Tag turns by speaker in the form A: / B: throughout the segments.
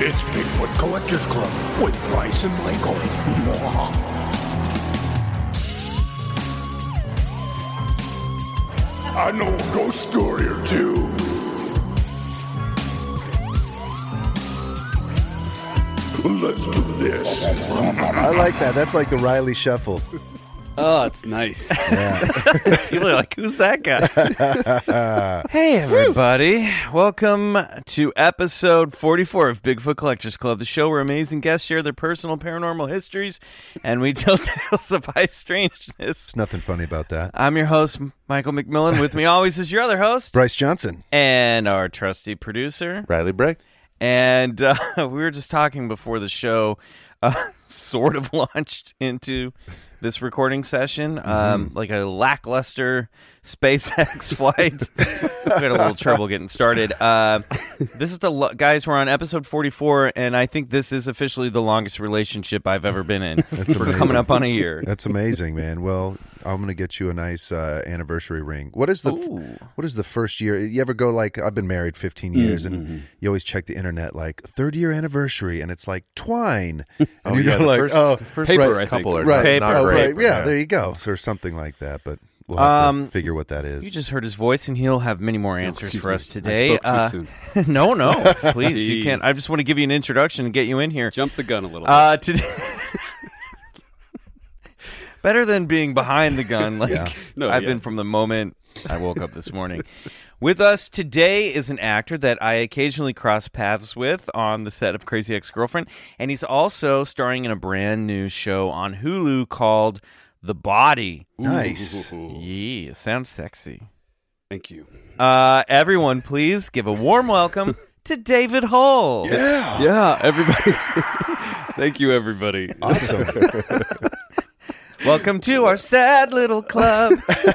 A: It's Bigfoot Collectors Club with Bryce and Michael. I know a ghost story or two. Let's do this.
B: I like that. That's like the Riley Shuffle.
C: Oh, it's nice.
D: People are like, who's that guy? hey, everybody. Welcome to episode 44 of Bigfoot Collectors Club, the show where amazing guests share their personal paranormal histories and we tell tales of high strangeness.
B: There's nothing funny about that.
D: I'm your host, Michael McMillan. With me always is your other host
B: Bryce Johnson.
D: and our trusty producer.
E: Riley Bray.
D: And uh, we were just talking before the show uh, sort of launched into this recording session, um,
C: Mm-hmm.
D: like a lackluster SpaceX flight. we had a little trouble getting started. Uh, this is the lo- guys, we're on episode 44, and I think this is officially the longest relationship I've ever been in.
B: That's
D: we're
B: amazing.
D: coming up on a year.
B: That's amazing, man. Well, I'm gonna get you a nice uh, anniversary ring. What is the
D: Ooh.
B: What is the first year? You ever go like I've been married 15 years, and you always check the internet like third year anniversary, and it's like twine. And you go
E: the
B: like,
E: first,
B: oh,
E: the first
C: paper, I think.
E: couple are
B: right,
E: not,
B: oh,
E: not great.
B: right, yeah, there you go, so something like that. But we'll have
D: Um,
B: to figure what that is.
D: You just heard his voice, and he'll have many more answers
C: excuse
D: for
C: me.
D: us
C: I
D: today.
C: spoke too
D: soon. no, no, please, you
C: Jeez.
D: can't. I just want to give you an introduction and get you in here.
C: Jump the gun a little bit.
D: Uh, today, better than being behind the gun. Like
C: No,
D: I've
C: yeah.
D: been from the moment I woke up this morning. with us today is an actor that I occasionally cross paths with on the set of Crazy Ex-Girlfriend, and he's also starring in a brand new show on Hulu called The Body.
B: nice.
D: Yeah, sounds sexy.
C: Thank you.
D: Uh, everyone, please give a warm welcome to David Hull.
A: Yeah.
C: Yeah, everybody. Thank you, everybody.
D: Welcome to our sad little club.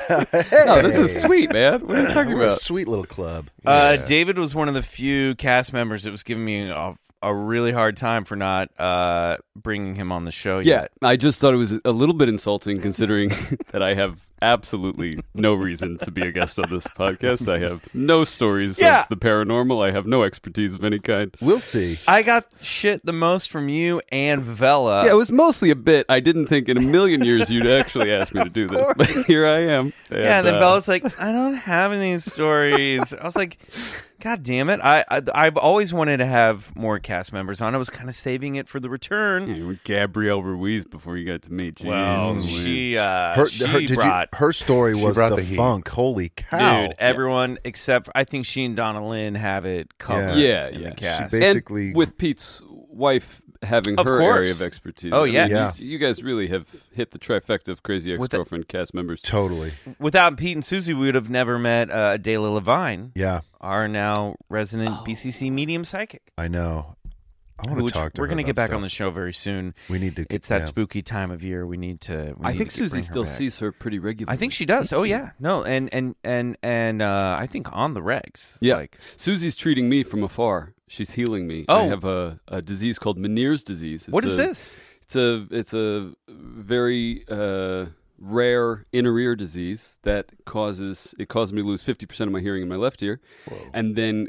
C: No, this is sweet, man. What are you talking
B: What a
C: about?
B: sweet little club.
D: uh, David was one of the few cast members that was giving me a, a really hard time for not uh, bringing him on the show
C: Yeah,
D: yet.
C: I just thought it was a little bit insulting considering that I have absolutely no reason to be a guest on this podcast. I have no stories
D: Yeah.
C: of the paranormal. I have no expertise of any kind.
B: We'll see.
D: I got shit the most from you and Vela.
C: Yeah, it was mostly a bit. I didn't think in a million years you'd actually ask me to do this, but here I am.
D: Yeah, and then
C: uh,
D: Bella's like, I don't have any stories. I was like, God damn it! I, I I've always wanted to have more cast members on. I was kind of saving it for the return.
C: You were Gabrielle Ruiz before you got to me. Jeez,
D: Well,
C: Louise.
D: she uh,
B: Her,
D: she
B: her- did you-
D: brought
B: her story was
E: brought
B: the,
E: the heat.
B: funk. Holy cow!
D: dude. Everyone except I think she and Donna Lynn have it covered.
C: Yeah. Yeah,
D: in
C: yeah. She
D: The cast.
B: ba- basically-
C: and with Pete's wife having
D: Of
C: her area
D: course.
C: of expertise.
D: Oh,
C: I mean,
D: yeah.
B: Yeah.
C: you- you guys really have hit the trifecta of crazy
D: With the-
C: ex-girlfriend cast members.
B: Totally.
D: Without Pete and Susie, we would have never met uh, Dela Levine,
B: Yeah,
D: our now resident
C: Oh.
D: BCC medium psychic.
B: I know. I want to
D: Which
B: talk to
D: we're
B: her
D: gonna get
B: about
D: back on the
B: stuff.
D: show very soon.
B: We need to.
D: It's that
B: yeah.
D: spooky time of year. We need to. we
C: I
D: need
C: think
D: to bring
C: Susie
D: her
C: still
D: back.
C: sees her pretty regularly.
D: I think she does. Oh yeah. No, and and and and uh, I think on the regs.
C: Yeah,
D: Like,
C: Susie's treating me from afar. She's healing me. I
D: Oh.
C: have a, a disease called Meniere's disease. It's
D: what is
C: a-
D: this?
C: It's a it's a very uh, rare inner ear disease that causes it caused me to lose fifty percent of my hearing in my left ear, and then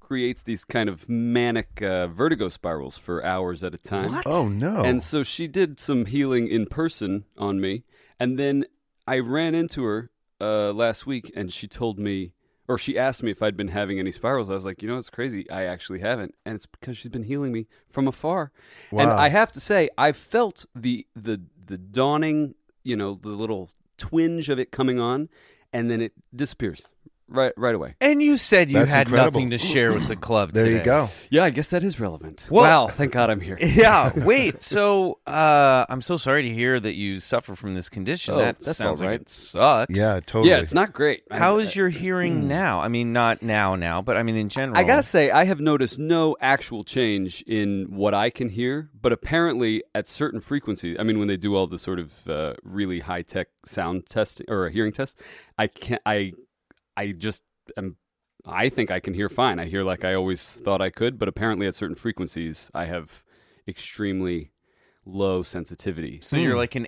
C: creates these kind of manic uh, vertigo spirals for hours at a time.
B: Oh no!
C: And so she did some healing in person on me, and then I ran into her uh, last week, and she told me, or she asked me if I'd been having any spirals. I was like, you know, it's crazy. I actually haven't, and it's because she's been healing me from afar. And
B: Wow.
C: I have to say, I felt the the the dawning, you know, the little twinge of it coming on, and then it disappears right right away.
D: And you said you
B: That's
D: had
B: incredible.
D: nothing to share with the club.
B: There you
D: today.
B: go.
C: Yeah, I guess that is relevant.
D: Well-
C: wow, thank God I'm here.
D: Yeah. Wait. So uh, I'm so sorry to hear that you suffer from this condition.
C: Oh,
D: that
C: that's
D: sounds
C: all
D: like
C: right.
D: it sucks.
B: Yeah, totally.
C: Yeah, it's not great. uh,
D: How is your hearing now? I mean, not now, now, but hmm. I mean in general.
C: I gotta say, I have noticed no actual change in what I can hear, but apparently at certain frequencies, I mean, when they do all the sort of uh, really high tech sound testing or hearing test, I can't. I, I just am. I think I can hear fine. I hear like I always thought I could, but apparently at certain frequencies, I have extremely low sensitivity.
D: So you're like an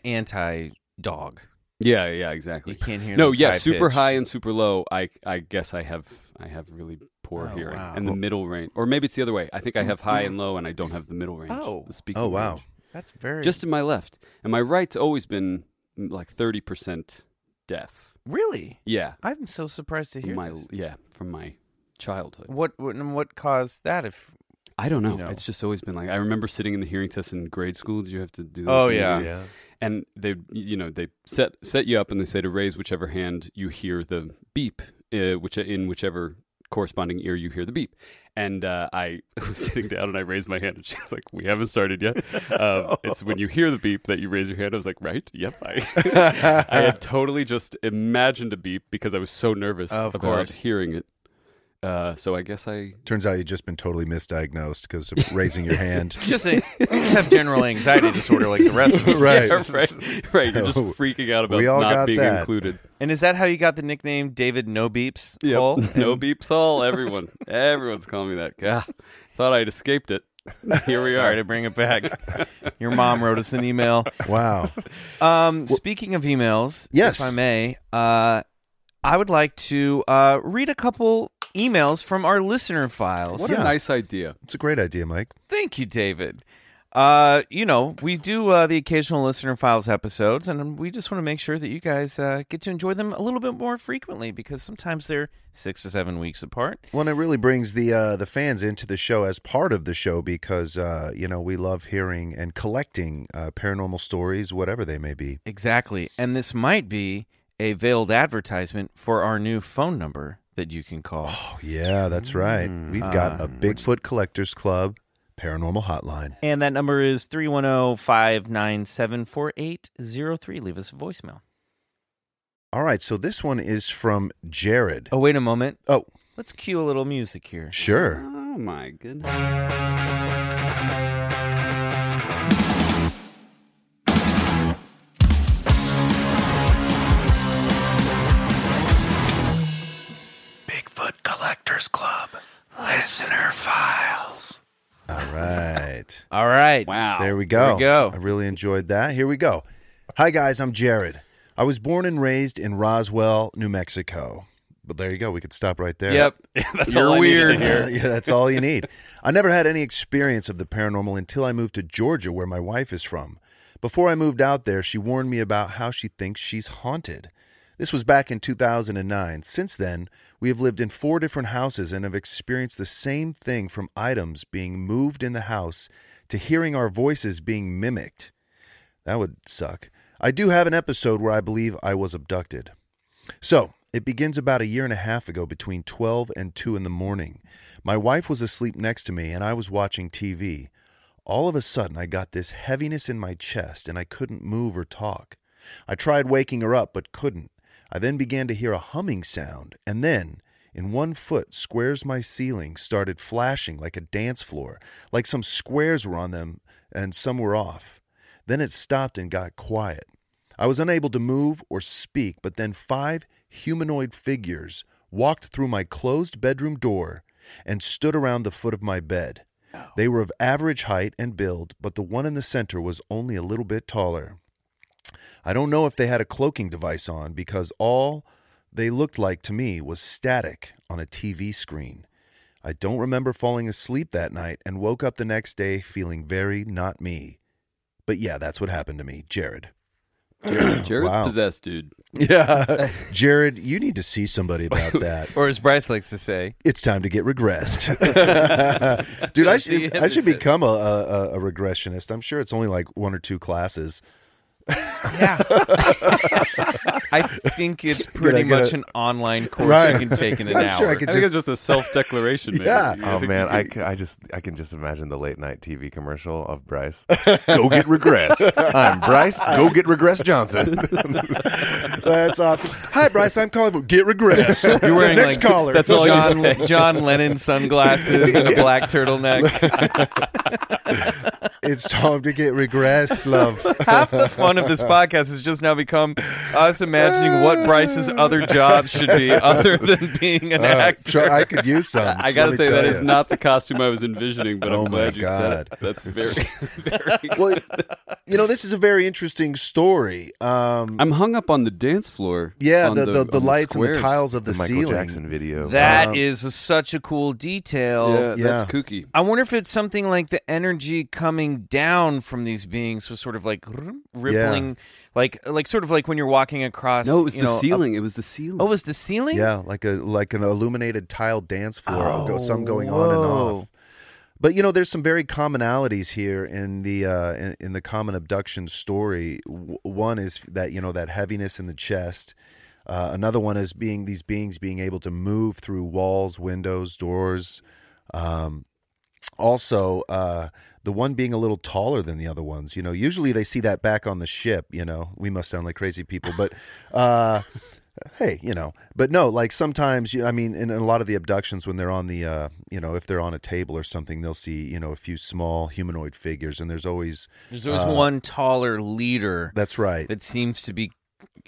D: anti-dog.
C: Yeah, yeah, exactly.
D: You can't hear.
C: no,
D: those
C: yeah, super
D: high-pitched-
C: high and super low. I I guess I have I have really poor
D: Oh,
C: hearing
D: wow.
C: and the middle range, or maybe it's the other way. I think I have high and low, and I don't have the middle range.
D: Oh.
C: the speaking
B: Oh, wow.
C: range.
D: That's very
C: Just in my left, and my right's always been mm, like thirty percent deaf.
D: really.
C: Yeah,
D: I'm so surprised to hear
C: my
D: this.
C: yeah from my childhood.
D: What, what and what caused that? If
C: I don't know.
D: You know.
C: It's just always been like I remember sitting in the hearing test in grade school. Did you have to do? This
D: Oh,
C: when you
D: yeah.
C: were- and they you know they set set you up and they say to raise whichever hand you hear the beep uh, which in whichever corresponding ear you hear the beep and uh, i was sitting down and i raised my hand and she was like we haven't started yet um, it's when you hear the beep that you raise your hand i was like right yep i, I had totally just imagined a beep because i was so nervous
D: Of
C: about
D: course.
C: hearing it uh, so i guess i
B: Turns out you've just been totally misdiagnosed because of raising your hand.
D: just, a, you just have general anxiety disorder like the rest of us.
B: Right.
C: Yeah, right right you're just
B: Oh,
C: freaking out about
B: we all
C: not
B: got
C: being
B: that.
C: included
D: And is that how you got the nickname David No Beeps?
C: Yep.
D: Hall?
C: no
D: And-
C: beeps all. Everyone, everyone's calling me that. God, thought I'd escaped it. Here we
D: Sorry
C: are.
D: to bring it back. Your mom wrote us an email.
B: Wow.
D: Um, speaking of emails,
B: Yes.
D: if I may, uh, I would like to uh, read a couple emails from our listener files.
C: What
B: Yeah.
C: a nice idea.
B: It's a great idea, Mike.
D: Thank you, David. Uh, you know, we do uh, the occasional listener files episodes, and we just want to make sure that you guys uh, get to enjoy them a little bit more frequently because sometimes they're six to seven weeks apart.
B: Well, and it really brings the uh, the fans into the show as part of the show because uh, you know we love hearing and collecting uh, paranormal stories, whatever they may be.
D: Exactly. And this might be a veiled advertisement for our new phone number that you can call.
B: Oh yeah, that's right.
D: Mm,
B: We've got
D: uh,
B: a Bigfoot Collectors Club paranormal hotline.
D: And that number is oh, 310 597 4803. Leave us a voicemail.
B: All right, so this one is from Jared.
D: Oh, wait a moment.
B: Oh,
D: Let's cue a little music here.
B: sure.
C: Oh my goodness.
A: Bigfoot Collectors Club. Listener files.
B: All right.
D: All right.
C: Wow.
B: There we go.
D: we go.
B: I really enjoyed that. Here we go. Hi, guys. I'm Jared. I was born and raised in Roswell, New Mexico. But there you go. We could stop right there.
D: Yep.
C: That's
D: You're
C: all I needed to
D: weird.
C: hear.
B: yeah, that's all you need. I never had any experience of the paranormal until I moved to Georgia, where my wife is from. Before I moved out there, she warned me about how she thinks she's haunted. This was back in 2009. Since then, we have lived in four different houses and have experienced the same thing from items being moved in the house to hearing our voices being mimicked. That would suck. I do have an episode where I believe I was abducted. So, it begins about a year and a half ago between 12 and 2 in the morning. My wife was asleep next to me and I was watching TV. All of a sudden, I got this heaviness in my chest and I couldn't move or talk. I tried waking her up but couldn't. I then began to hear a humming sound and then, in one foot, squares my ceiling started flashing like a dance floor, like some squares were on them and some were off. Then it stopped and got quiet. I was unable to move or speak, but then five humanoid figures walked through my closed bedroom door and stood around the foot of my bed. They were of average height and build, but the one in the center was only a little bit taller. I don't know if they had a cloaking device on because all they looked like to me was static on a TV screen. I don't remember falling asleep that night and woke up the next day feeling very not me. But yeah, that's what happened to me, Jared.
C: Jared, Jared's
B: Wow.
C: possessed, dude.
B: Yeah. Jared, you need to see somebody about that.
D: Or as Bryce likes to say,
B: It's time to get regressed. Dude, I
D: See,
B: should I should
D: it's a-
B: become a, a, a regressionist. I'm sure it's only like one or two classes.
D: Yeah. I think it's pretty
B: get
D: much
B: a-
D: an online course
B: Right.
D: you can take in an
B: I'm
D: hour.
B: sure I could
C: I think
B: just-
C: it's just a self-declaration. Maybe.
B: Yeah.
C: You
E: Oh
C: think-
E: man, I, c- I just I can just imagine the late night TV commercial of Bryce. Go get regress. I'm Bryce. Go get regress Johnson.
B: That's awesome. Hi, Bryce. I'm calling from Get Regress.
D: You're wearing
B: next
D: like
B: caller.
C: That's all you
D: John, John Lennon sunglasses and a black turtleneck.
B: It's time to get regress, love.
D: Half the fun of this podcast has just now become us imagining what Bryce's other job should be, other than being an actor.
B: Uh, Try- I could use some.
C: I
B: just let
C: gotta
B: me
C: say
B: tell
C: that is
B: ya.
C: not the costume I was envisioning, but
B: Oh,
C: I'm glad
B: my
C: you said it. That's very, very.
B: Well, you know, this is a very interesting story. Um,
C: I'm hung up on the dance floor.
B: yeah,
C: on
B: the, the, the,
C: on
B: lights and the
C: squares.
B: tiles of the,
E: the Michael
B: ceiling.
E: Jackson video.
D: That is a- such a cool
C: Yeah,
D: detail.
B: Yeah.
C: that's kooky.
D: I wonder if it's something like the energy coming down from these beings was sort of like rippling, like like sort of like when you're walking across.
C: No, it was
D: you
C: the
D: know, a-
C: ceiling. It was the ceiling.
D: oh, it was the ceiling?
B: Yeah, like a like an illuminated tile dance floor. I'll go some going on and
D: whoa.
B: off. But you know, there's some very commonalities here in the uh, in, in the common abduction story. W- one is that you know that heaviness in the chest. Uh, another one is being these beings being able to move through walls, windows, doors. Um, also, uh, the one being a little taller than the other ones. You know, usually they see that back on the ship. You know, we must sound like crazy people, but uh, hey, you know, but no, like sometimes, you- I mean, in, in a lot of the abductions, when they're on the, uh, you know, if they're on a table or something, they'll see, you know, a few small humanoid figures, and there's always,
D: There's always
B: Uh,
D: one taller leader
B: that's right,
D: that seems to be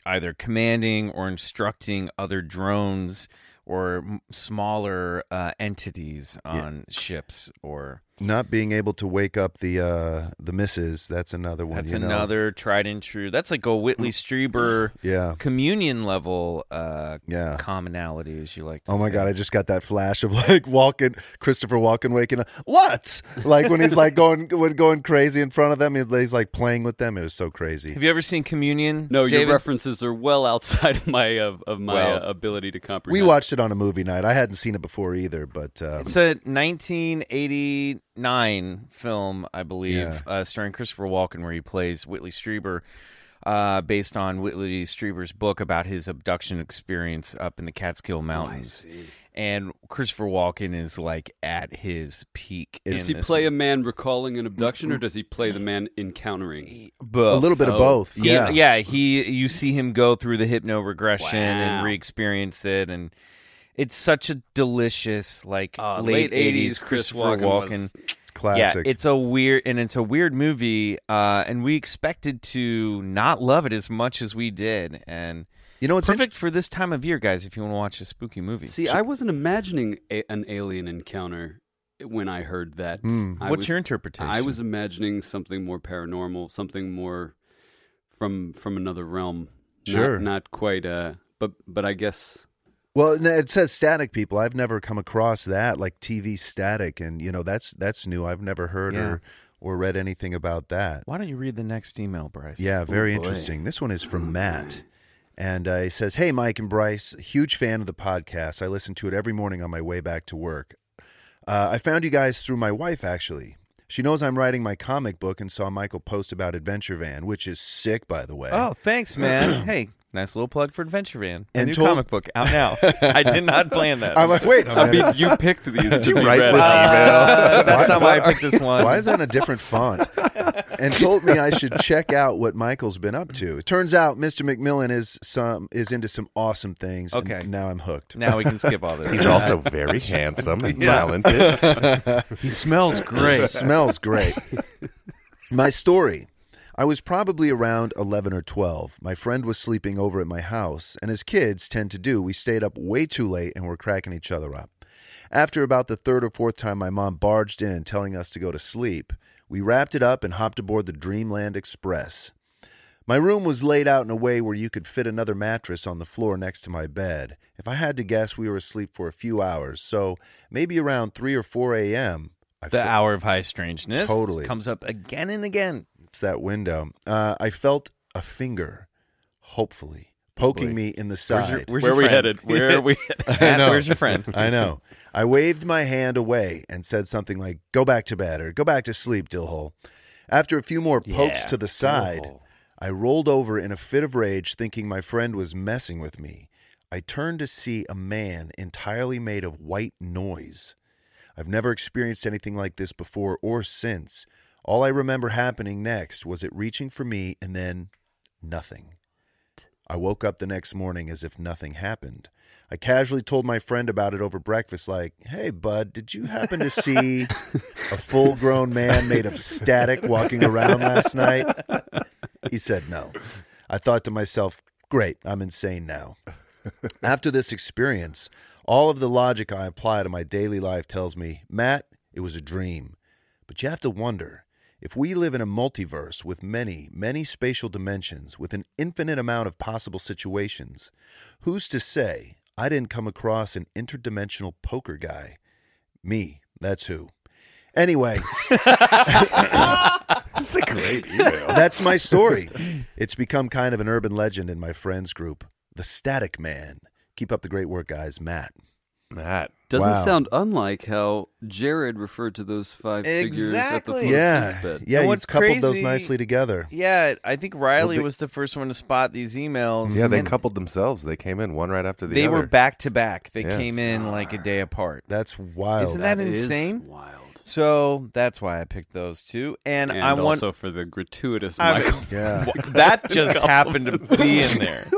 D: either commanding or instructing other drones or m- smaller uh, entities on ships or
B: not being able to wake up the uh, the misses. That's another one.
D: that's
B: you know? Mm.
D: another tried and true that's like a whitley strieber
B: Yeah.
D: communion level uh
B: Yeah.
D: commonality as you like to
B: Oh my
D: say.
B: god! I just got that flash of like walking, Christopher Walken waking up. What? Like when he's like going when going crazy in front of them. He's like playing with them. It was so crazy.
D: have you ever seen communion
C: no,
D: David?
C: your references are well outside of my of, of my
D: Well,
C: uh, ability to
B: We
C: comprehend.
B: watched it on a movie night. I hadn't seen it before either, but um,
D: It's a 1989 film, I believe,
B: Yeah.
D: uh, starring Christopher Walken, where he plays Whitley Strieber, uh, based on Whitley Strieber's book about his abduction experience up in the
C: Oh,
D: Catskill Mountains. and Christopher Walken is like at his peak.
C: Does
D: in
C: he
D: this
C: play a man recalling an abduction, or does he play the man encountering?
D: book.
B: a little bit of both.
D: He-
B: Yeah.
D: yeah. He, you see him go through the hypno regression and
C: Wow.
D: re-experience it, and it's such a delicious, like
C: Uh,
D: late,
C: 80s,
D: Christopher
C: Christopher
D: Walken.
C: was-
B: Classic.
D: Yeah, it's a weird and it's a weird movie, uh, and we expected to not love it as much as we did, and
B: you know, it's
D: perfect for this time of year, guys. If you want to watch a spooky movie,
C: See, I wasn't imagining a, an alien encounter when I heard that. I
D: Hmm. what's
C: was-
D: your interpretation?
C: I was imagining something more paranormal, something more from from another realm. Not-
B: Sure.
C: not, quite. Uh, but but I guess
B: Well, no, it says static people. I've never come across that, like TV static, and you know that's that's new. I've never heard
D: Yeah.
B: or or read anything about that.
D: Why don't you read the next email, Bryce?
B: Yeah, very
C: boy.
B: interesting. This one is from Matt. And uh, he says, Hey, Mike and Bryce, huge fan of the podcast. I listen to it every morning on my way back to work. Uh, I found you guys through my wife, actually. She knows I'm writing my comic book and saw Michael post about Adventure Van, which is sick, by the way.
D: Oh, thanks, man. hey, nice little plug for Adventure Van, a
B: And
D: new
B: told-
D: comic book out now. I did not plan that.
B: I'm like, wait, a
C: I
B: minute.
C: mean you picked these to
E: you
C: be
E: write
C: read.
E: this
D: Uh, that's
B: Why-
D: not why I picked this one.
B: Why is that in a different font? And told me I should check out what Michael's been up to. It turns out Mr. McMillan is some is into some awesome things. and
D: Okay.
B: now I'm hooked.
D: Now we can skip all this.
E: He's also very handsome and talented.
D: he smells great.
B: Smells great. my story. I was probably around 11 or 12. My friend was sleeping over at my house, and as kids tend to do, we stayed up way too late and were cracking each other up. After about the third or fourth time, my mom barged in telling us to go to sleep. We wrapped it up and hopped aboard the Dreamland Express. My room was laid out in a way where you could fit another mattress on the floor next to my bed. If I had to guess, we were asleep for a few hours, so maybe around 3 or 4 a.m. I
D: The hour of high strangeness
B: Totally.
D: comes up again and again.
B: It's that window. Uh, I felt a finger, hopefully, poking me in the
D: Where's your-
B: side.
C: Where
D: where's your
C: are we
D: friend?
C: headed? Where are we?
D: Matt,
B: know.
D: Where's your friend?
B: I know. I waved my hand away and said something like, go back to bed or go back to sleep, Dillhole. After a few more pokes
D: Yeah,
B: to the side,
D: Dillhole.
B: I rolled over in a fit of rage, thinking my friend was messing with me. I turned to see a man entirely made of white noise. I've never experienced anything like this before or since. All I remember happening next was it reaching for me and then nothing. I woke up the next morning as if nothing happened. I casually told my friend about it over breakfast, like, hey, bud, did you happen to see a full grown man made of static walking around last night? He said no. I thought to myself, great, I'm insane now. After this experience, all of the logic I apply to my daily life tells me, Matt, it was a dream. But you have to wonder if we live in a multiverse with many, many spatial dimensions, with an infinite amount of possible situations, who's to say I didn't come across an interdimensional poker guy? Me, that's who. Anyway,
E: It's a great email.
B: that's my story. It's become kind of an urban legend in my friends group, the Static Man. Keep up the great work, guys. Matt.
E: Matt.
C: Doesn't
B: Wow.
C: sound unlike how Jared referred to those five figures at the
D: Exactly.
C: Florida
B: Yeah,
C: Keys bed.
B: yeah,
D: And
B: you
D: what's
B: coupled those
D: crazy-
B: nicely together.
D: Yeah, I think Riley
E: Well, they-
D: was the first one to spot these emails.
E: Yeah, they
D: and
E: coupled themselves. They came in one right after the
D: they
E: other.
D: were back to back. They
E: Yes.
D: came in like a day apart.
B: That's wild.
D: Isn't that,
C: is
D: insane?
C: wild.
D: So that's why I picked those two, and,
C: And
D: I want
C: also for the gratuitous
D: I-
C: Michael.
B: yeah,
D: that just happened to be in there.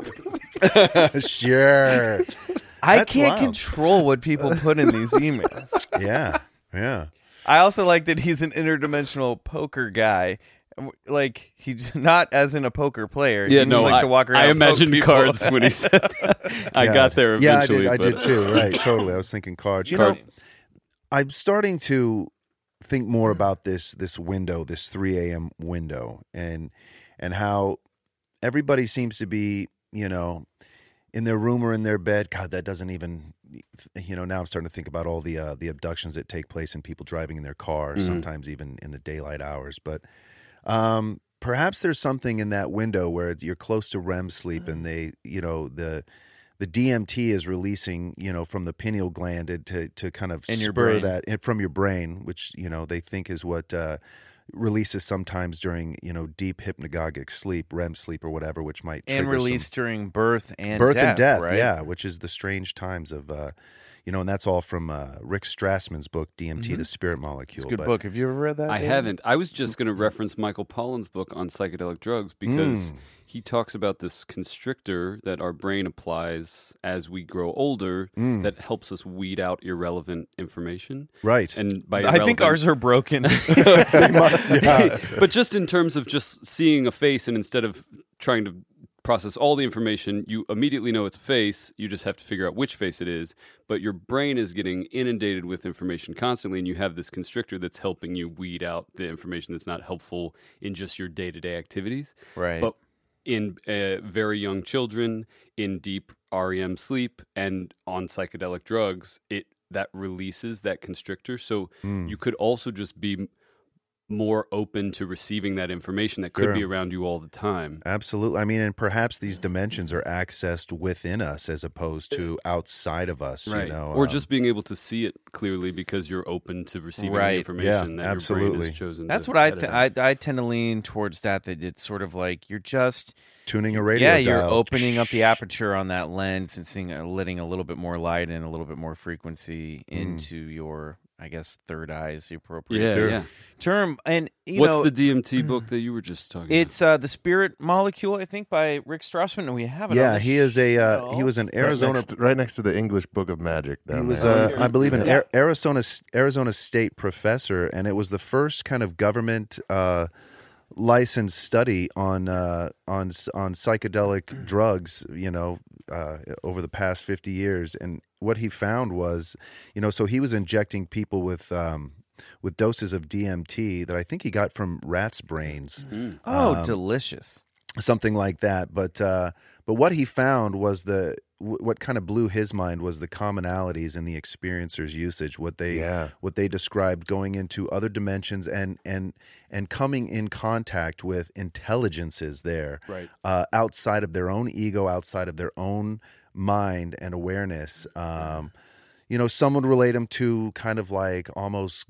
B: sure.
D: I
B: That's
D: can't
B: wild.
D: control what people put in these emails.
B: Yeah, yeah.
D: I also like that he's an interdimensional poker guy. Like he's not as in a poker player.
C: Yeah,
D: he
C: no,
D: just likes
C: I,
D: to walk around.
C: I
D: and poke
C: imagined
D: people.
C: cards when he said that. I
B: Yeah.
C: got there eventually.
B: Yeah, I did, I did
C: but-
B: too. Right, totally. I was thinking cards. You know, I'm starting to think more about this this window, this 3 a.m. window, and and how everybody seems to be, you know, in their room or in their bed. God, that doesn't even, you know. Now I'm starting to think about all the uh, the abductions that take place and people driving in their car, sometimes even in the daylight hours. But um, perhaps there's something in that window where you're close to REM sleep, and they, you know, the the DMT is releasing, you know, from the pineal gland to to, to kind of
D: In your
B: spur
D: brain.
B: that and from your brain, which you know they think is what uh, releases sometimes during you know deep hypnagogic sleep, REM sleep or whatever, which might
D: and
B: trigger some-
D: released during birth and
B: birth
D: death,
B: and death,
D: right?
B: yeah, which is the strange times of. Uh, you know, and that's all from uh, Rick Strassman's book DMT, the Spirit Molecule.
D: Mm-hmm. It's a good
B: but-
D: book. Have you ever read that?
C: I
D: David?
C: haven't. I was just going to reference Michael Pollan's book on psychedelic drugs because he talks about this constrictor that our brain applies as we grow older that helps us weed out irrelevant information.
B: right?
C: And by
D: I think
C: irrelevant-
D: ours are broken.
C: but just in terms of just seeing a face and instead of trying to process all the information you immediately know it's a face you just have to figure out which face it is but your brain is getting inundated with information constantly and you have this constrictor that's helping you weed out the information that's not helpful in just your day-to-day activities
D: Right.
C: but in uh, very young children, in deep REM sleep, and on psychedelic drugs, it that releases that constrictor. So
B: Hmm.
C: you could also just be m- more open to receiving that information that could be
B: Sure.
C: around you all the time.
B: Absolutely. I mean, and perhaps
D: Mm-hmm.
B: these dimensions are accessed within us as opposed
D: Uh,
B: to outside of us, you know.
C: or
B: um,
C: just being able to see it clearly because you're open to receiving the
D: Right.
B: Yeah,
C: information that your brain
B: absolutely.
C: has chosen.
D: That's
C: to
D: what I,
C: edit
D: th-
C: out.
D: I I tend to lean towards that. That it's sort of like you're just
B: tuning a radio.
D: yeah, you're
B: dial.
D: opening up the aperture on that lens and seeing, uh, letting a little bit more light and a little bit more frequency
B: Mm.
D: into your, I guess, third eye is the appropriate
C: Yeah,
D: ter-
C: yeah.
D: term. And you
C: What's
D: know,
C: the DMT book that you were just talking? about?
D: it's uh, the Spirit Molecule, I think, by Rick Strassman, and we have it. on
B: Yeah,
D: the
B: he is a uh, he
D: show.
B: was an
E: Right
B: Arizona
E: next to- right next to the English Book of Magic. Down
B: He was,
E: there.
B: uh, I believe, an Ar- Arizona Arizona State professor, and it was the first kind of government uh, licensed study on uh, on on psychedelic drugs. You know, uh, over the past fifty years, and what he found was, you know, so he was injecting people with. Um, with doses of DMT that I think he got from rats' brains
D: Oh,
B: um,
D: delicious.
B: something like that. But uh, but what he found was the w- what kind of blew his mind was the commonalities in the experiencers' usage. What they
E: Yeah.
B: what they described going into other dimensions and and and coming in contact with intelligences there,
C: Right.
B: uh, outside of their own ego, outside of their own mind and awareness. Um, you know, some would relate him to kind of like almost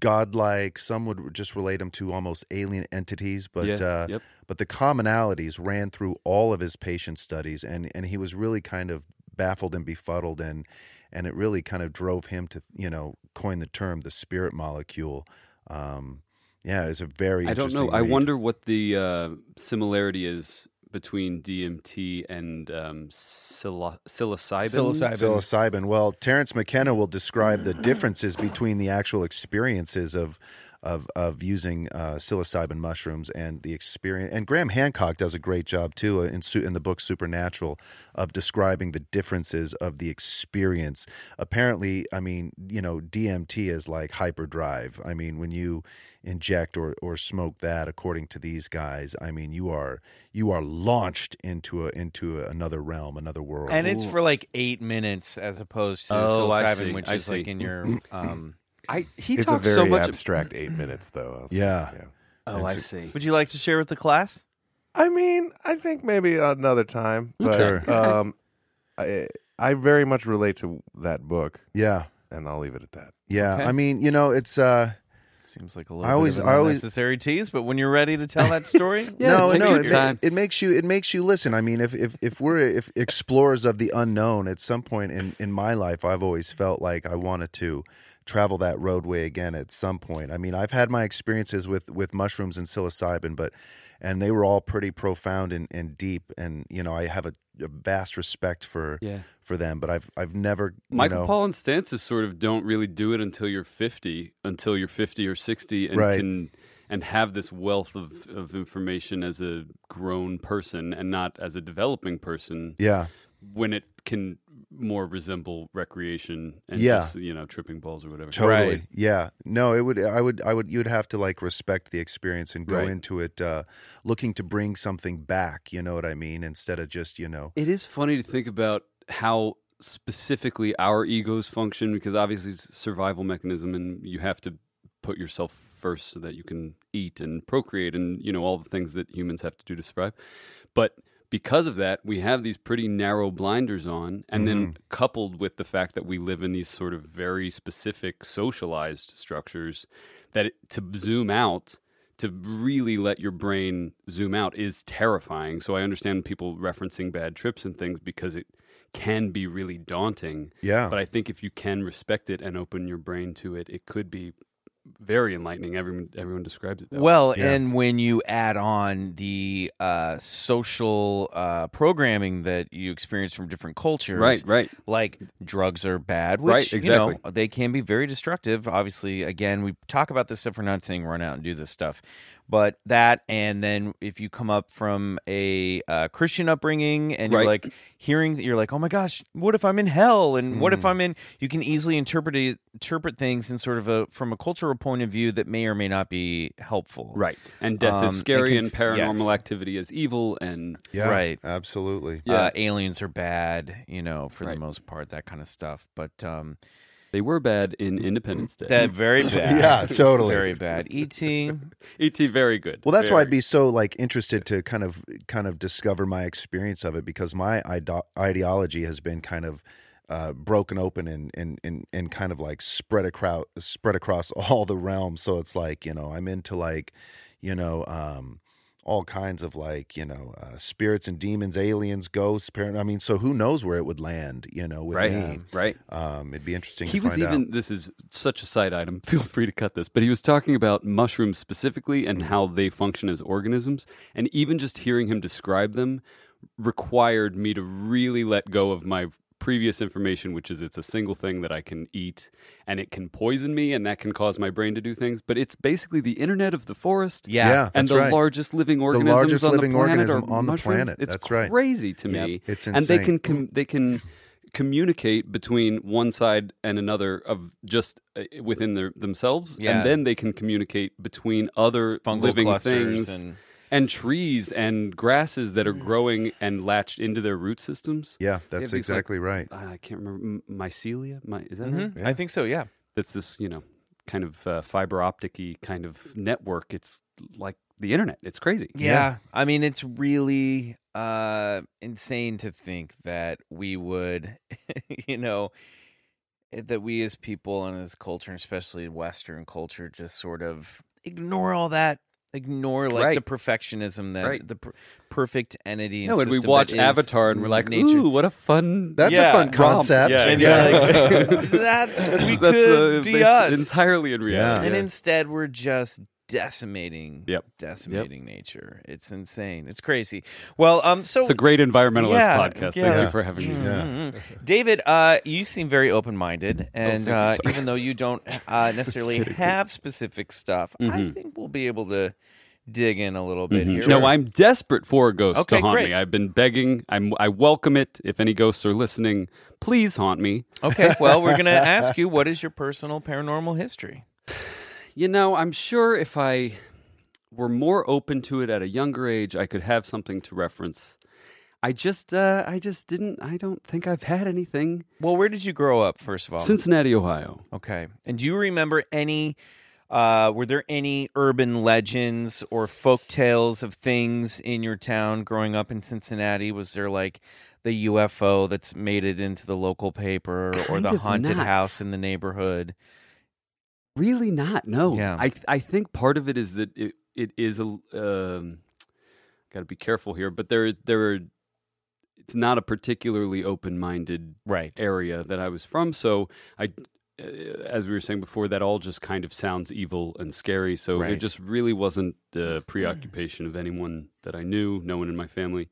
B: godlike. Some would just relate him to almost alien entities. But
C: Yeah,
B: uh,
C: yep.
B: but the commonalities ran through all of his patient studies, and and he was really kind of baffled and befuddled, and and it really kind of drove him to you know coin the term the spirit molecule. Um, yeah, it's a very.
C: I don't know.
B: interesting
C: I
B: read.
C: wonder what the uh, similarity is between DMT and um, psilo- psilocybin.
F: Psilocybin.
B: psilocybin. Well, Terrence McKenna will describe the differences between the actual experiences of of of using uh, psilocybin mushrooms and the experience. And Graham Hancock does a great job too uh, in su- in the book Supernatural of describing the differences of the experience. Apparently, I mean, you know, DMT is like hyperdrive. I mean, when you inject or or smoke that, according to these guys, I mean, you are you are launched into a into a, another realm, another world.
D: and it's for like eight minutes as opposed to
C: Oh, I
D: psilocybin,
C: see,
D: which
C: I
D: is like
C: see.
D: in your um.
C: I, he
E: it's a
C: talks
E: very
C: so much.
E: abstract eight minutes, though.
B: Yeah.
C: oh, I see.
D: Would you like to share with the class?
E: I mean, I think maybe another time, but
C: Okay.
E: um, I, I very much relate to that book,
B: Yeah.
E: and I'll leave it at that.
B: Yeah,
D: Okay.
B: I mean, you know, it's uh
D: Seems like a little
B: I
D: bit
B: always-
D: of
B: I
D: an
B: always-
D: unnecessary tease, but when you're ready to tell that story,
C: Yeah,
B: no,
C: take
B: no,
C: your
B: it, ma-
C: time.
B: it makes you it makes you listen. I mean, if if if we're if explorers of the unknown, at some point in in my life, I've always felt like I wanted to travel that roadway again at some point. I mean, I've had my experiences with with mushrooms and psilocybin, but and they were all pretty profound and, and deep. And you know, I have a, a vast respect for
C: Yeah.
B: for them, but I've I've never you
C: Michael
B: know,
C: Pollan's stance is sort of don't really do it until you're 50, until you're 50 or 60, and
B: Right.
C: can and have this wealth of, of information as a grown person and not as a developing person
B: Yeah,
C: when it can more resemble recreation and
B: Yeah.
C: just, you know, tripping balls or whatever.
B: Totally.
D: Right.
B: Yeah. No, it would I would I would you'd have to like respect the experience and go
C: Right.
B: into it uh looking to bring something back, you know what I mean, instead of just, you know.
C: It is funny to think about how specifically our egos function because obviously it's a survival mechanism and you have to put yourself first so that you can eat and procreate and you know all the things that humans have to do to survive. But because of that, we have these pretty narrow blinders on and then coupled with the fact that we live in these sort of very specific socialized structures that it, to zoom out to really let your brain zoom out is terrifying. So I understand people referencing bad trips and things because it can be really daunting.
D: Oh.
B: Yeah.
C: But I think if you can respect it and open your brain to it, it could be very enlightening. Everyone everyone describes it that way.
D: Well,
B: Yeah.
D: and when you add on the uh, social uh, programming that you experience from different cultures,
C: Right, right.
D: Like drugs are bad, which
C: Right,
D: you know
C: exactly.
D: they can be very destructive. Obviously, again, we talk about this stuff. We're not saying run out and do this stuff, but that, and then if you come up from a uh, Christian upbringing and you're
C: Right.
D: like hearing, you're like, oh my gosh, what if I'm in hell? And what
C: Hmm.
D: if I'm in? You can easily interpret it, interpret things in sort of a from a cultural point of view that may or may not be helpful.
C: Right. And death
D: Um, it
C: is scary
D: can
C: and
D: f- yes.
C: paranormal activity is evil and
B: Yeah.
D: Right.
B: Absolutely.
C: Yeah.
D: Uh, aliens are bad, you know, for the
C: Right.
D: most part, that kind of stuff. But um,
C: they were bad in Independence Day.
D: that very bad.
B: Yeah, totally.
D: Very bad. ET.
C: E.T. E very good.
B: Well, that's why I'd
C: Very-
B: be so like interested to kind of kind of discover my experience of it because my ide- ideology has been kind of uh, broken open and, and and and kind of like spread across spread across all the realms. So it's like you know I'm into like you know um, all kinds of like you know uh, spirits and demons, aliens, ghosts. Parent. I mean, so who knows where it would land? You know, with
C: right.
B: me,
C: Right.
B: um, it'd be interesting.
C: He
B: to
C: was
B: find out.
C: even. This is such a side item. Feel free to cut this. But he was talking about mushrooms specifically and
B: Mm-hmm.
C: how they function as organisms. And even just hearing him describe them required me to really let go of my previous information, which is it's a single thing that I can eat and it can poison me and that can cause my brain to do things. But it's basically the internet of the forest.
D: Yeah.
B: Yeah.
C: And
B: that's
C: the
B: right.
C: largest living organisms
B: largest
C: on
B: living
C: the planet are
B: organism on the
C: mushrooms.
B: planet.
C: It's
B: That's right.
C: crazy to me.
B: It's
C: And they
B: insane.
C: can com- they can communicate between one side and another of just uh, within their themselves,
D: Yeah.
C: and then they can communicate between other
D: Fungal
C: living
D: clusters
C: things
D: and-
C: and trees and grasses that are growing and latched into their root systems.
B: Yeah, that's
C: these, like,
B: exactly right.
C: I can't remember m- mycelia. My is that right?
D: Mhm. I think so, yeah.
C: That's this you know kind of uh, fiber opticy kind of network. It's like the internet. It's crazy.
D: yeah i mean it's really uh insane to think that we would you know it- that we as people and as culture, especially Western culture, just sort of ignore all that. Ignore like the
C: Right.
D: perfectionism that
C: Right.
D: the per- perfect entity. And
C: No, and we
D: system that
C: watch
D: is
C: Avatar and we're like,
D: nature.
C: ooh, what a fun.
B: That's
D: Yeah,
B: a fun
C: drama.
B: concept.
C: Yeah,
D: And
C: yeah.
D: you're like, that's
C: that's
D: we could
C: uh,
D: be
C: based
D: us.
C: entirely in reality.
D: and
C: Oh, Yeah.
D: instead, we're just decimating,
C: Yep.
D: decimating nature. It's insane. It's crazy. Well, um, so
C: it's a great environmentalist
D: Yeah,
C: podcast.
D: yeah.
C: Thank you for having me.
B: Yeah.
D: Mhm. David, uh, you seem very open minded, and
C: Oh, thank you.
D: uh,
C: Sorry.
D: even though you don't uh, necessarily
C: kidding.
D: have specific stuff, I
C: Mhm.
D: think we'll be able to dig in a little bit here.
C: Mm-hmm. No, I'm desperate for a ghost
D: Okay,
C: to haunt
D: great.
C: me. I've been begging. I'm, I welcome it. If any ghosts are listening, please haunt me.
D: okay. Well, we're gonna ask you what is your personal paranormal history?
C: You know, I'm sure if I were more open to it at a younger age, I could have something to reference. I just, uh, I just didn't. I don't think I've had anything.
D: Well, where did you grow up, first of all?
C: Cincinnati, Ohio.
D: okay, and do you remember any? Uh, were there any urban legends or folk tales of things in your town growing up in Cincinnati? Was there like the UFO that's made it into the local paper or
C: Kind
D: the
C: of
D: haunted
C: not.
D: house in the neighborhood?
C: Really, not. No.
D: Yeah.
C: I, I think part of it is that it, it is a. Um, Got to be careful here, but there, there are. It's not a particularly open-minded
D: Right.
C: area that I was from. So I, uh, as we were saying before, that all just kind of sounds evil and scary. So it
D: Right.
C: just really wasn't the preoccupation of anyone that I knew, no one in my family.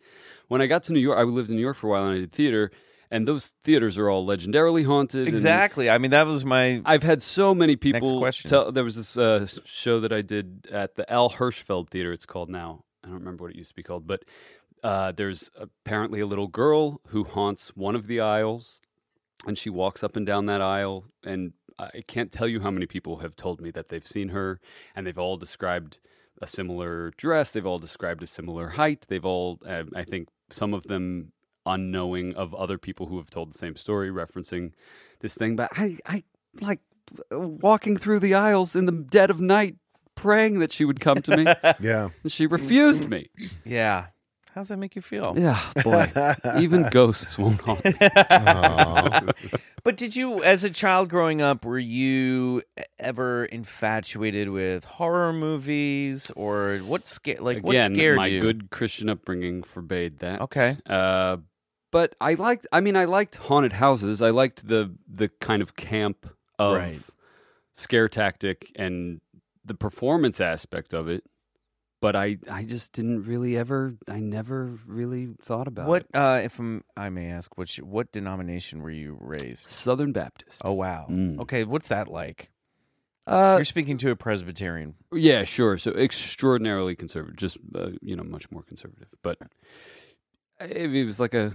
C: When I got to New York, I lived in New York for a while and I did theater, and those theaters are all legendarily haunted. and
D: Exactly. I mean, that was my
C: I've had so many people.
D: question.
C: Tell, there was this uh, s- show that I did at the Al Hirschfeld Theater. It's called now. I don't remember what it used to be called, but uh, there's apparently a little girl who haunts one of the aisles, and she walks up and down that aisle. And I can't tell you how many people have told me that they've seen her, and they've all described a similar dress. They've all described a similar height. They've all, uh, I think, some of them unknowing of other people who have told the same story, referencing this thing. But I, I like uh, walking through the aisles in the dead of night, praying that she would come to me.
D: "Ah,
B: Yeah.
C: and she refused me.
D: yeah. How's that make you feel?
C: Yeah, boy. Even ghosts won't haunt. me.
D: But did you, as a child growing up, were you e-, ever infatuated with horror movies or what scared? Like
C: Again,
D: what scared
C: my
D: you?
C: good Christian upbringing forbade that.
D: Okay.
C: Uh, but I liked. I mean, I liked haunted houses. I liked the the kind of camp of
D: Right.
C: scare tactic and the performance aspect of it. But I, I just didn't really ever. I never really thought about
D: What,
C: it.
D: uh, if I'm, I may ask, what what denomination were you raised?
C: Southern Baptist.
D: Oh wow.
C: Mm.
D: Okay, what's that like?
C: Uh,
D: You're speaking to a Presbyterian.
C: Yeah, sure. So extraordinarily conservative, just uh, you know, much more conservative. But it, it was like a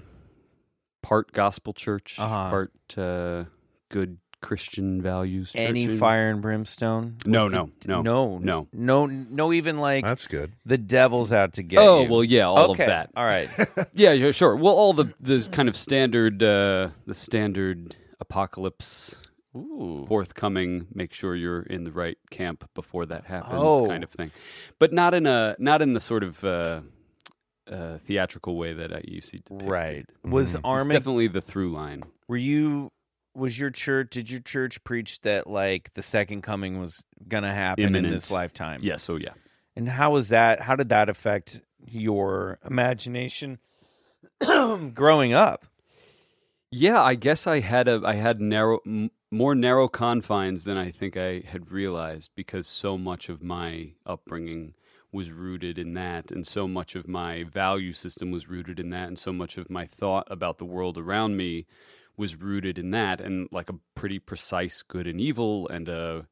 C: part gospel church,
D: Uh-huh.
C: part uh, good Christian values. Church
D: Any
C: in-
D: fire and brimstone?
C: No,
D: Was
C: no,
D: the-
C: no,
D: no,
C: no.
D: no, no. Even like
B: That's good.
D: the devil's out to get
C: Oh
D: you.
C: well, yeah, all
D: okay.
C: of that.
D: All right.
C: Yeah, yeah, sure. Well, all the the kind of standard, uh, the standard apocalypse
D: Ooh.
C: forthcoming. Make sure you're in the right camp before that happens,
D: Oh.
C: kind of thing. But not in a not in the sort of uh, uh, theatrical way that I used to depict
D: Right.
C: it.
D: Was
C: Mm-hmm. It's
D: Armaged
C: definitely the through line.
D: were you was your church did your church preach that like the second coming was gonna happen in
C: Imminent.
D: this lifetime
C: oh, Yeah, so yeah.
D: and how was that how did that affect your imagination growing up
C: Yeah, I guess I had a I had narrow m- more narrow confines than I think I had realized because so much of my upbringing was rooted in that and so much of my value system was rooted in that and so much of my thought about the world around me was rooted in that and like a pretty precise good and evil and a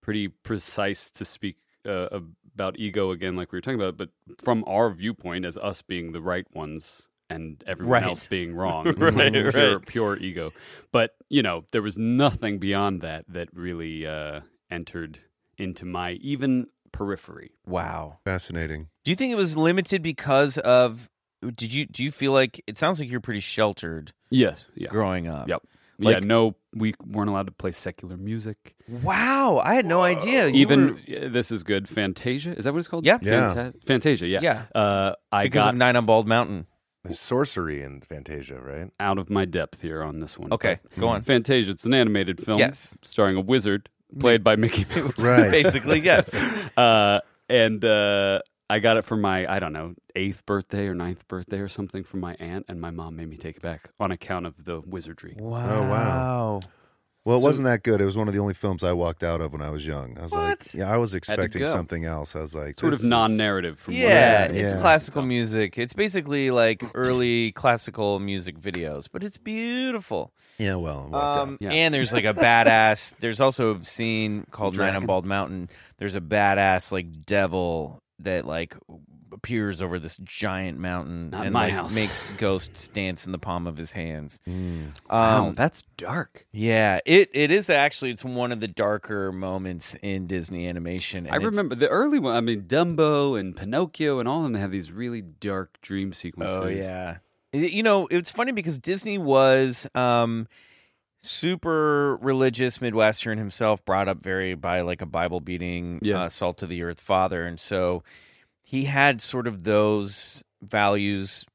C: pretty precise to speak uh, about ego again like we were talking about but from our viewpoint as us being the right ones and everyone
D: Right.
C: else being wrong It was
D: Right,
C: like pure,
D: right.
C: pure ego but you know there was nothing beyond that that really uh, entered into my even periphery
D: wow
B: Fascinating.
D: do you think it was limited because of did you do you feel like it sounds like you're pretty sheltered
C: yes yeah
D: growing up
C: Yep. yeah
D: Like-
C: no we weren't allowed to play secular music
D: wow i had no idea You
C: even
D: were-
C: yeah, this is good fantasia is that what it's called
D: Yeah.
B: Yeah.
C: Fanta- fantasia yeah
D: Yeah.
C: uh, i
D: because
C: got
D: of nine on bald mountain
E: sorcery in Fantasia, right?
C: out of my depth here on this one.
D: Okay,
C: But
D: go on.
C: Fantasia, it's an animated film
D: Yes.
C: starring a wizard played by Mickey Mouse.
B: Right.
D: Basically, yes.
C: Uh, and uh, I got it for my, I don't know, eighth birthday or ninth birthday or something from my aunt, and my mom made me take it back on account of the wizardry.
D: Wow.
B: wow. Well, it wasn't that good. It was one of the only films I walked out of when I was young. I was like,
D: What?
B: yeah, I was expecting
C: go.
B: something else. I was like,
C: Sort
B: this
C: of
B: is-
C: non-narrative from what
D: Yeah,
C: I-
D: it's
B: yeah.
D: classical music. It's basically like early classical music videos, but it's beautiful.
B: Yeah, well, it worked out.
D: Um,
C: Yeah.
D: And there's like a badass. There's also a scene called Nine on
C: Dragon.
D: Bald Mountain. There's a badass like devil that like appears over this giant mountain
C: Not
D: and
C: my
D: like
C: house.
D: makes ghosts dance in the palm of his hands.
C: Wow,
D: Um,
C: that's dark.
D: yeah, it it is actually it's one of the darker moments in Disney animation. and
C: I
D: it's-
C: remember the early one. I mean, Dumbo and Pinocchio and all of them have these really dark dream sequences.
D: Oh yeah. Y- You know, it's funny because Disney was um super religious Midwestern himself, brought up very by like a Bible beating
C: Yeah.
D: uh, salt of the earth father, and so he had sort of those values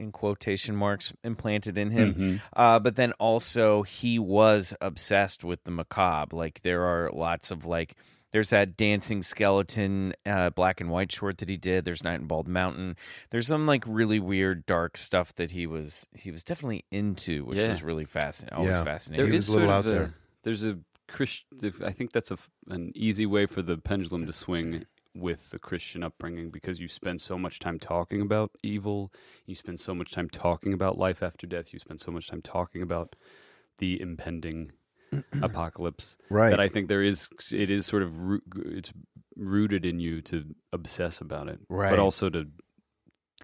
D: in quotation marks implanted in him.
C: Mhm.
D: Uh, but then also he was obsessed with the macabre. Like there are lots of like there's that dancing skeleton uh, black and white short that he did. There's Night in Bald Mountain. There's some like really weird dark stuff that he was he was definitely into, which
C: Yeah.
D: was really fascinating. Always
B: Yeah.
D: fascinating.
C: There
B: He
C: is
B: was a little
C: sort of
B: out
C: a-
B: there.
C: There's a Christian. I think that's a f- an easy way for the pendulum to swing with the Christian upbringing because you spend so much time talking about evil, you spend so much time talking about life after death, you spend so much time talking about the impending apocalypse.
B: Right.
C: That I think there is. It is sort of roo- it's rooted in you to obsess about it,
D: Right.
C: But also to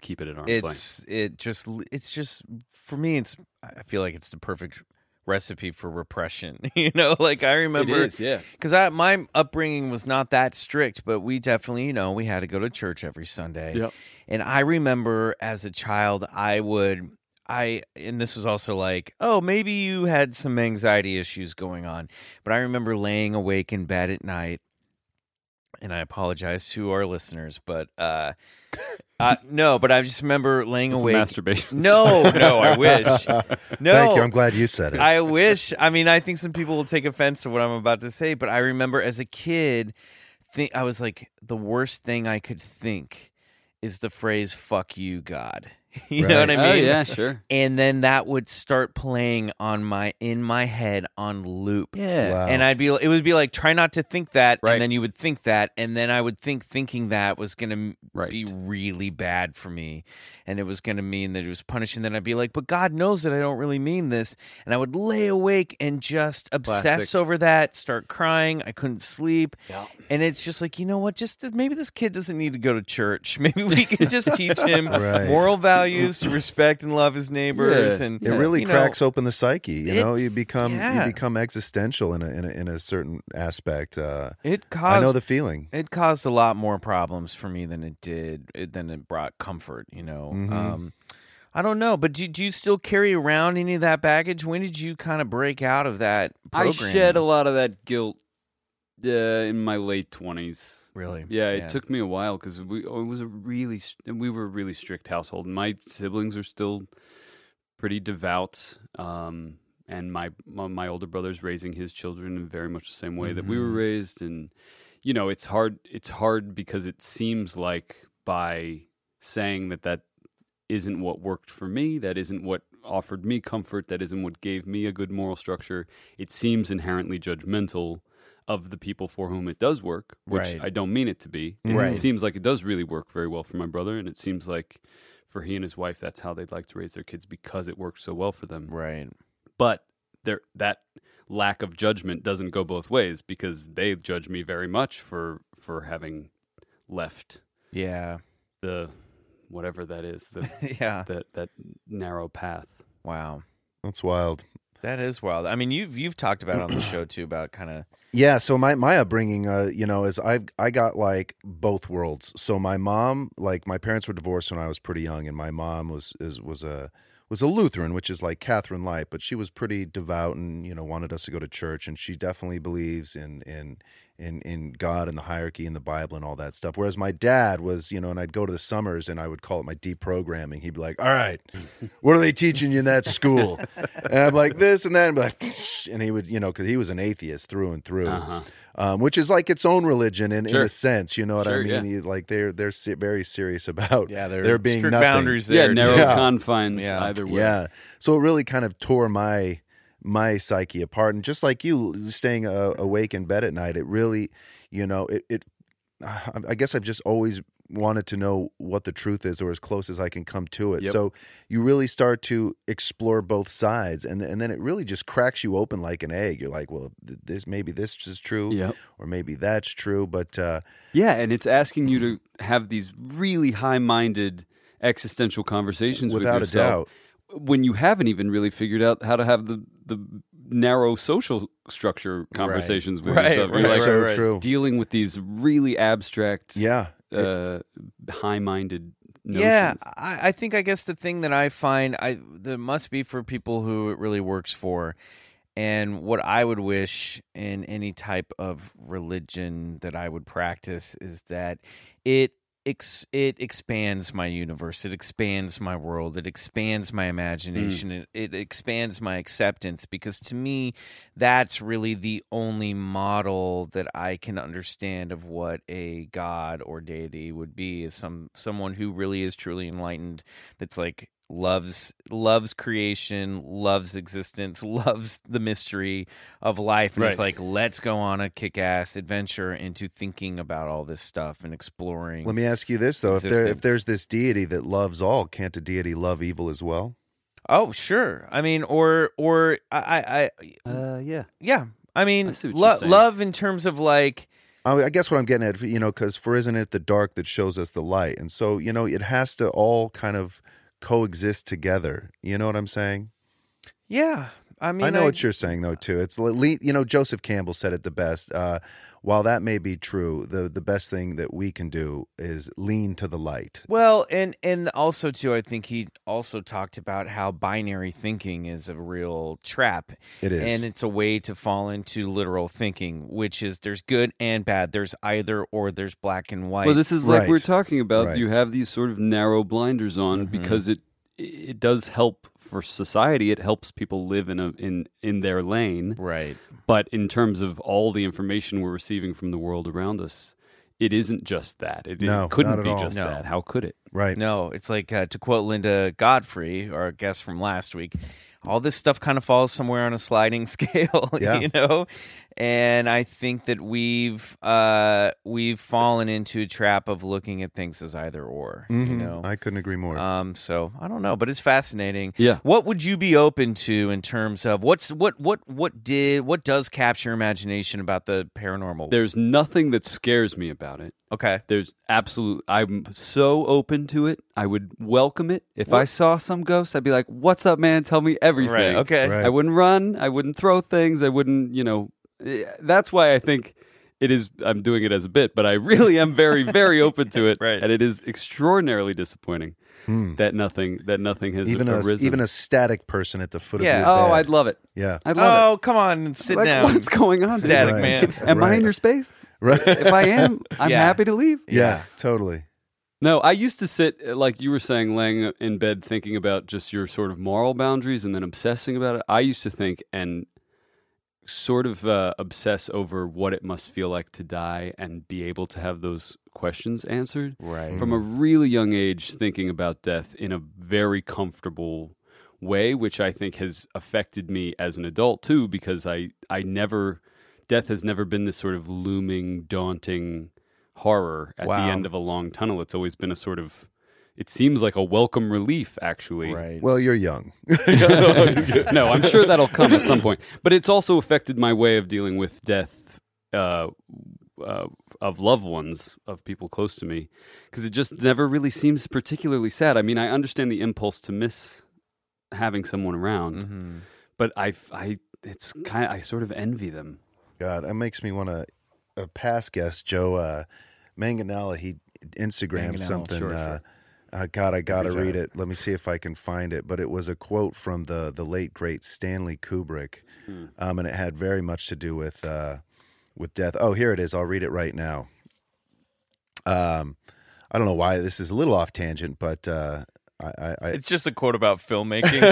C: keep it at arm's length.
D: it's it just l- it's just for me it's I feel like it's the perfect recipe for repression. you know, like I remember
C: yeah.
D: because I my upbringing was not that strict, but we definitely, you know, we had to go to church every Sunday.
C: Yep.
D: And I remember as a child, I would I and this was also like, oh, maybe you had some anxiety issues going on, but I remember laying awake in bed at night, and I apologize to our listeners, but uh, uh no, but I just remember laying
C: It's
D: awake.
C: masturbation.
D: no, no, I wish. No,
B: Thank you. I'm glad you said it.
D: I wish. I mean, I think some people will take offense to what I'm about to say, but I remember as a kid, think I was like the worst thing I could think is the phrase "fuck you, God." you know what I mean?
C: Oh yeah, sure.
D: And then that would start playing on my in my head on loop.
C: Yeah.
B: Wow.
D: And I'd be, it would be like, try not to think that,
C: Right.
D: and then you would think that, and then I would think thinking that was gonna
C: Right.
D: be really bad for me, and it was gonna mean that it was punishing. Then I'd be like, but God knows that I don't really mean this, and I would lay awake and just obsess
C: Classic.
D: over that, start crying. I couldn't sleep, and it's just like, you know what? Just th- maybe this kid doesn't need to go to church. Maybe we can just teach him
B: Right.
D: moral values, to respect and love his neighbors,
C: Yeah.
D: and
B: It really
D: you know,
B: cracks open the psyche. You know, you
D: it's-
B: become
D: yeah.
B: you become existential in a in a, in a certain aspect. Uh,
D: It caused
B: I know the feeling.
D: it caused a lot more problems for me than it did it- than it brought comfort you know
B: Mm-hmm.
D: um i don't know but do, do you still carry around any of that baggage when did you kind of break out of that program
C: I shed a lot of that guilt uh, in my late twenties.
D: really
C: Yeah, it took me a while because we oh, it was a really s- we were a really strict household. My siblings are still pretty devout, um, and my my my older brother's raising his children in very much the same way that we were raised. And you know, it's hard. It's hard because it seems like by saying that that isn't what worked for me, that isn't what offered me comfort, that isn't what gave me a good moral structure. It seems inherently judgmental of the people for whom it does work, which
D: Right.
C: I don't mean it to be. It
D: Right.
C: seems like it does really work very well for my brother, and it seems like for he and his wife, that's how they'd like to raise their kids because it worked so well for them
D: right
C: but there that lack of judgment doesn't go both ways because they judge me very much for for having left
D: yeah
C: the whatever that is the
D: yeah
C: that that narrow path
D: wow
B: That's wild.
D: that is wild i mean you've you've talked about on the show too about kind of
B: Yeah, so my my upbringing, uh, you know, is I I got like both worlds. So my mom, like my parents were divorced when I was pretty young, and my mom was is was a was a Lutheran, which is like Catherine Light, but she was pretty devout and you know wanted us to go to church, and she definitely believes in in in in God and the hierarchy and the Bible and all that stuff. Whereas my dad was, you know, and I'd go to the summers and I would call it my deprogramming. He'd be like, "All right, what are they teaching you in that school?" and I'm like, "This and that," and be like, and he would, you know, because he was an atheist through and through, um, which is like its own religion in, in
C: Uh-huh. Sure.
B: a sense. You know what I
C: Sure,
B: mean?
C: yeah.
B: He- Like they're they're se- very serious about
D: Yeah, there
B: there being
D: strict
B: nothing.
D: boundaries
C: yeah,
D: there.
C: narrow
B: Yeah.
C: confines
D: Yeah.
C: either way.
B: Yeah. So it really kind of tore my my psyche apart. And just like you, staying uh, awake in bed at night, it really, you know, it. it I I guess I've just always wanted to know what the truth is, or as close as I can come to it.
C: Yep.
B: So you really start to explore both sides, and and then it really just cracks you open like an egg. You're like, well, th- this maybe this is true,
C: Yep.
B: or maybe that's true, but uh,
C: Yeah, and it's asking you to have these really high-minded existential conversations
B: Without a
C: with yourself when you haven't even really figured out how to have the the narrow social structure conversations with
D: Right,
C: yourself. You're
D: right,
C: like
B: so
D: right.
B: true.
C: dealing with these really abstract,
B: Yeah,
C: uh, high-minded notions.
D: Yeah, I, I think I guess the thing that I find I that must be for people who it really works for, and what I would wish in any type of religion that I would practice is that it ex, it expands my universe, it expands my world, it expands my imagination, it, it expands my acceptance. Because to me, that's really the only model that I can understand of what a god or deity would be is some someone who really is truly enlightened that's like loves loves creation, loves existence, loves the mystery of life and it's like let's go on a kick-ass adventure into thinking about all this stuff and exploring.
B: let me ask you this though: if there if
D: Existence.
B: there's this deity that loves all, can't a deity love evil as well?
D: oh, sure. I mean or or I I, I
C: Uh, yeah.
D: yeah. I mean
C: I see what
D: lo-
C: you're saying.
D: love in terms of like
B: I I guess what I'm getting at, you know, because for isn't it the dark that shows us the light? And so, you know, it has to all kind of coexist together. You know what I'm saying?
D: yeah. I
B: I,
D: mean
B: know what you're saying though too. It's le- le- you know Joseph Campbell said it the best. Uh, while that may be true, the the best thing that we can do is lean to the light.
D: Well, and and also too, I think he also talked about how binary thinking is a real trap,
B: It is.
D: and it's a way to fall into literal thinking, which is there's good and bad, there's either or, there's black and white.
C: Well, this is like
B: Right.
C: we're talking about.
B: Right.
C: You have these sort of narrow blinders on
D: Mm-hmm.
C: because it it does help for society. It helps people live in a in in their lane.
D: right,
C: But in terms of all the information we're receiving from the world around us, it isn't just that. It, it
B: No, not
C: couldn't
B: at
C: be
B: all.
C: just
D: No.
C: that. How could it?
B: right.
D: no, it's like uh, to quote Linda Godfrey, our guest from last week. All this stuff kind of falls somewhere on a sliding scale,
B: Yeah.
D: you know, and I think that we've uh, we've fallen into a trap of looking at things as either or, you
B: Mhm.
D: know.
B: I couldn't agree more.
D: Um, so I don't know, but it's fascinating.
C: Yeah.
D: What would you be open to in terms of what's what what what did what does capture your imagination about the paranormal?
C: There's nothing that scares me about it.
D: okay.
C: There's absolute. I'm so open to it. I would welcome it. If I saw some ghost, I'd be like, "What's up, man? Tell me everything."
D: Right. Okay.
B: Right.
C: I wouldn't run. I wouldn't throw things. I wouldn't, you know. eh, That's why I think it is. I'm doing it as a bit, but I really am very, very open to it.
D: Right.
C: And it is extraordinarily disappointing
B: Hmm.
C: that nothing that nothing has
B: Even a
C: arisen.
B: even a static person at the foot
D: Yeah.
B: of your
C: oh,
B: bed.
C: I'd love it.
B: yeah.
C: I'd love
D: Oh, come on, sit
C: it. Like,
D: down.
C: What's going on, dude?
D: Static
B: Right.
D: man.
C: Am I
B: Right.
C: in your space?
B: Right.
C: If I am, I'm
D: Yeah.
C: happy to leave.
B: yeah. Totally.
C: No, I used to sit uh, like you were saying, laying in bed thinking about just your sort of moral boundaries and then obsessing about it. I used to think and sort of uh, obsess over what it must feel like to die and be able to have those questions answered
D: Right.
C: from a really young age. Thinking about death in a very comfortable way, which I think has affected me as an adult too, because I I never death has never been this sort of looming, daunting horror at
D: Wow.
C: the end of a long tunnel. It's always been a sort of, it seems like a welcome relief, actually.
D: Right.
B: Well, you're young.
C: no, I'm sure that'll come at some point. But it's also affected my way of dealing with death uh, uh, of loved ones, of people close to me, because it just never really seems particularly sad. I mean, I understand the impulse to miss having someone around,
B: Mm-hmm.
D: Mhm.
C: but I, I, it's kind of, I sort of envy them.
B: God, that makes me want to. A past guest, Joe uh, Manganella, he Instagrammed
D: Manganiello,
B: something.
D: sure,
B: uh, uh, God, I gotta
E: Every
B: read
E: time.
B: it. Let me see if I can find it. But it was a quote from
D: Hmm.
B: the the late great Stanley Kubrick, um, and it had very much to do with uh, with death. Oh, here it is. I'll read it right now. Um, I don't know why this is a little off tangent, but uh, I, I, I
D: It's just a quote about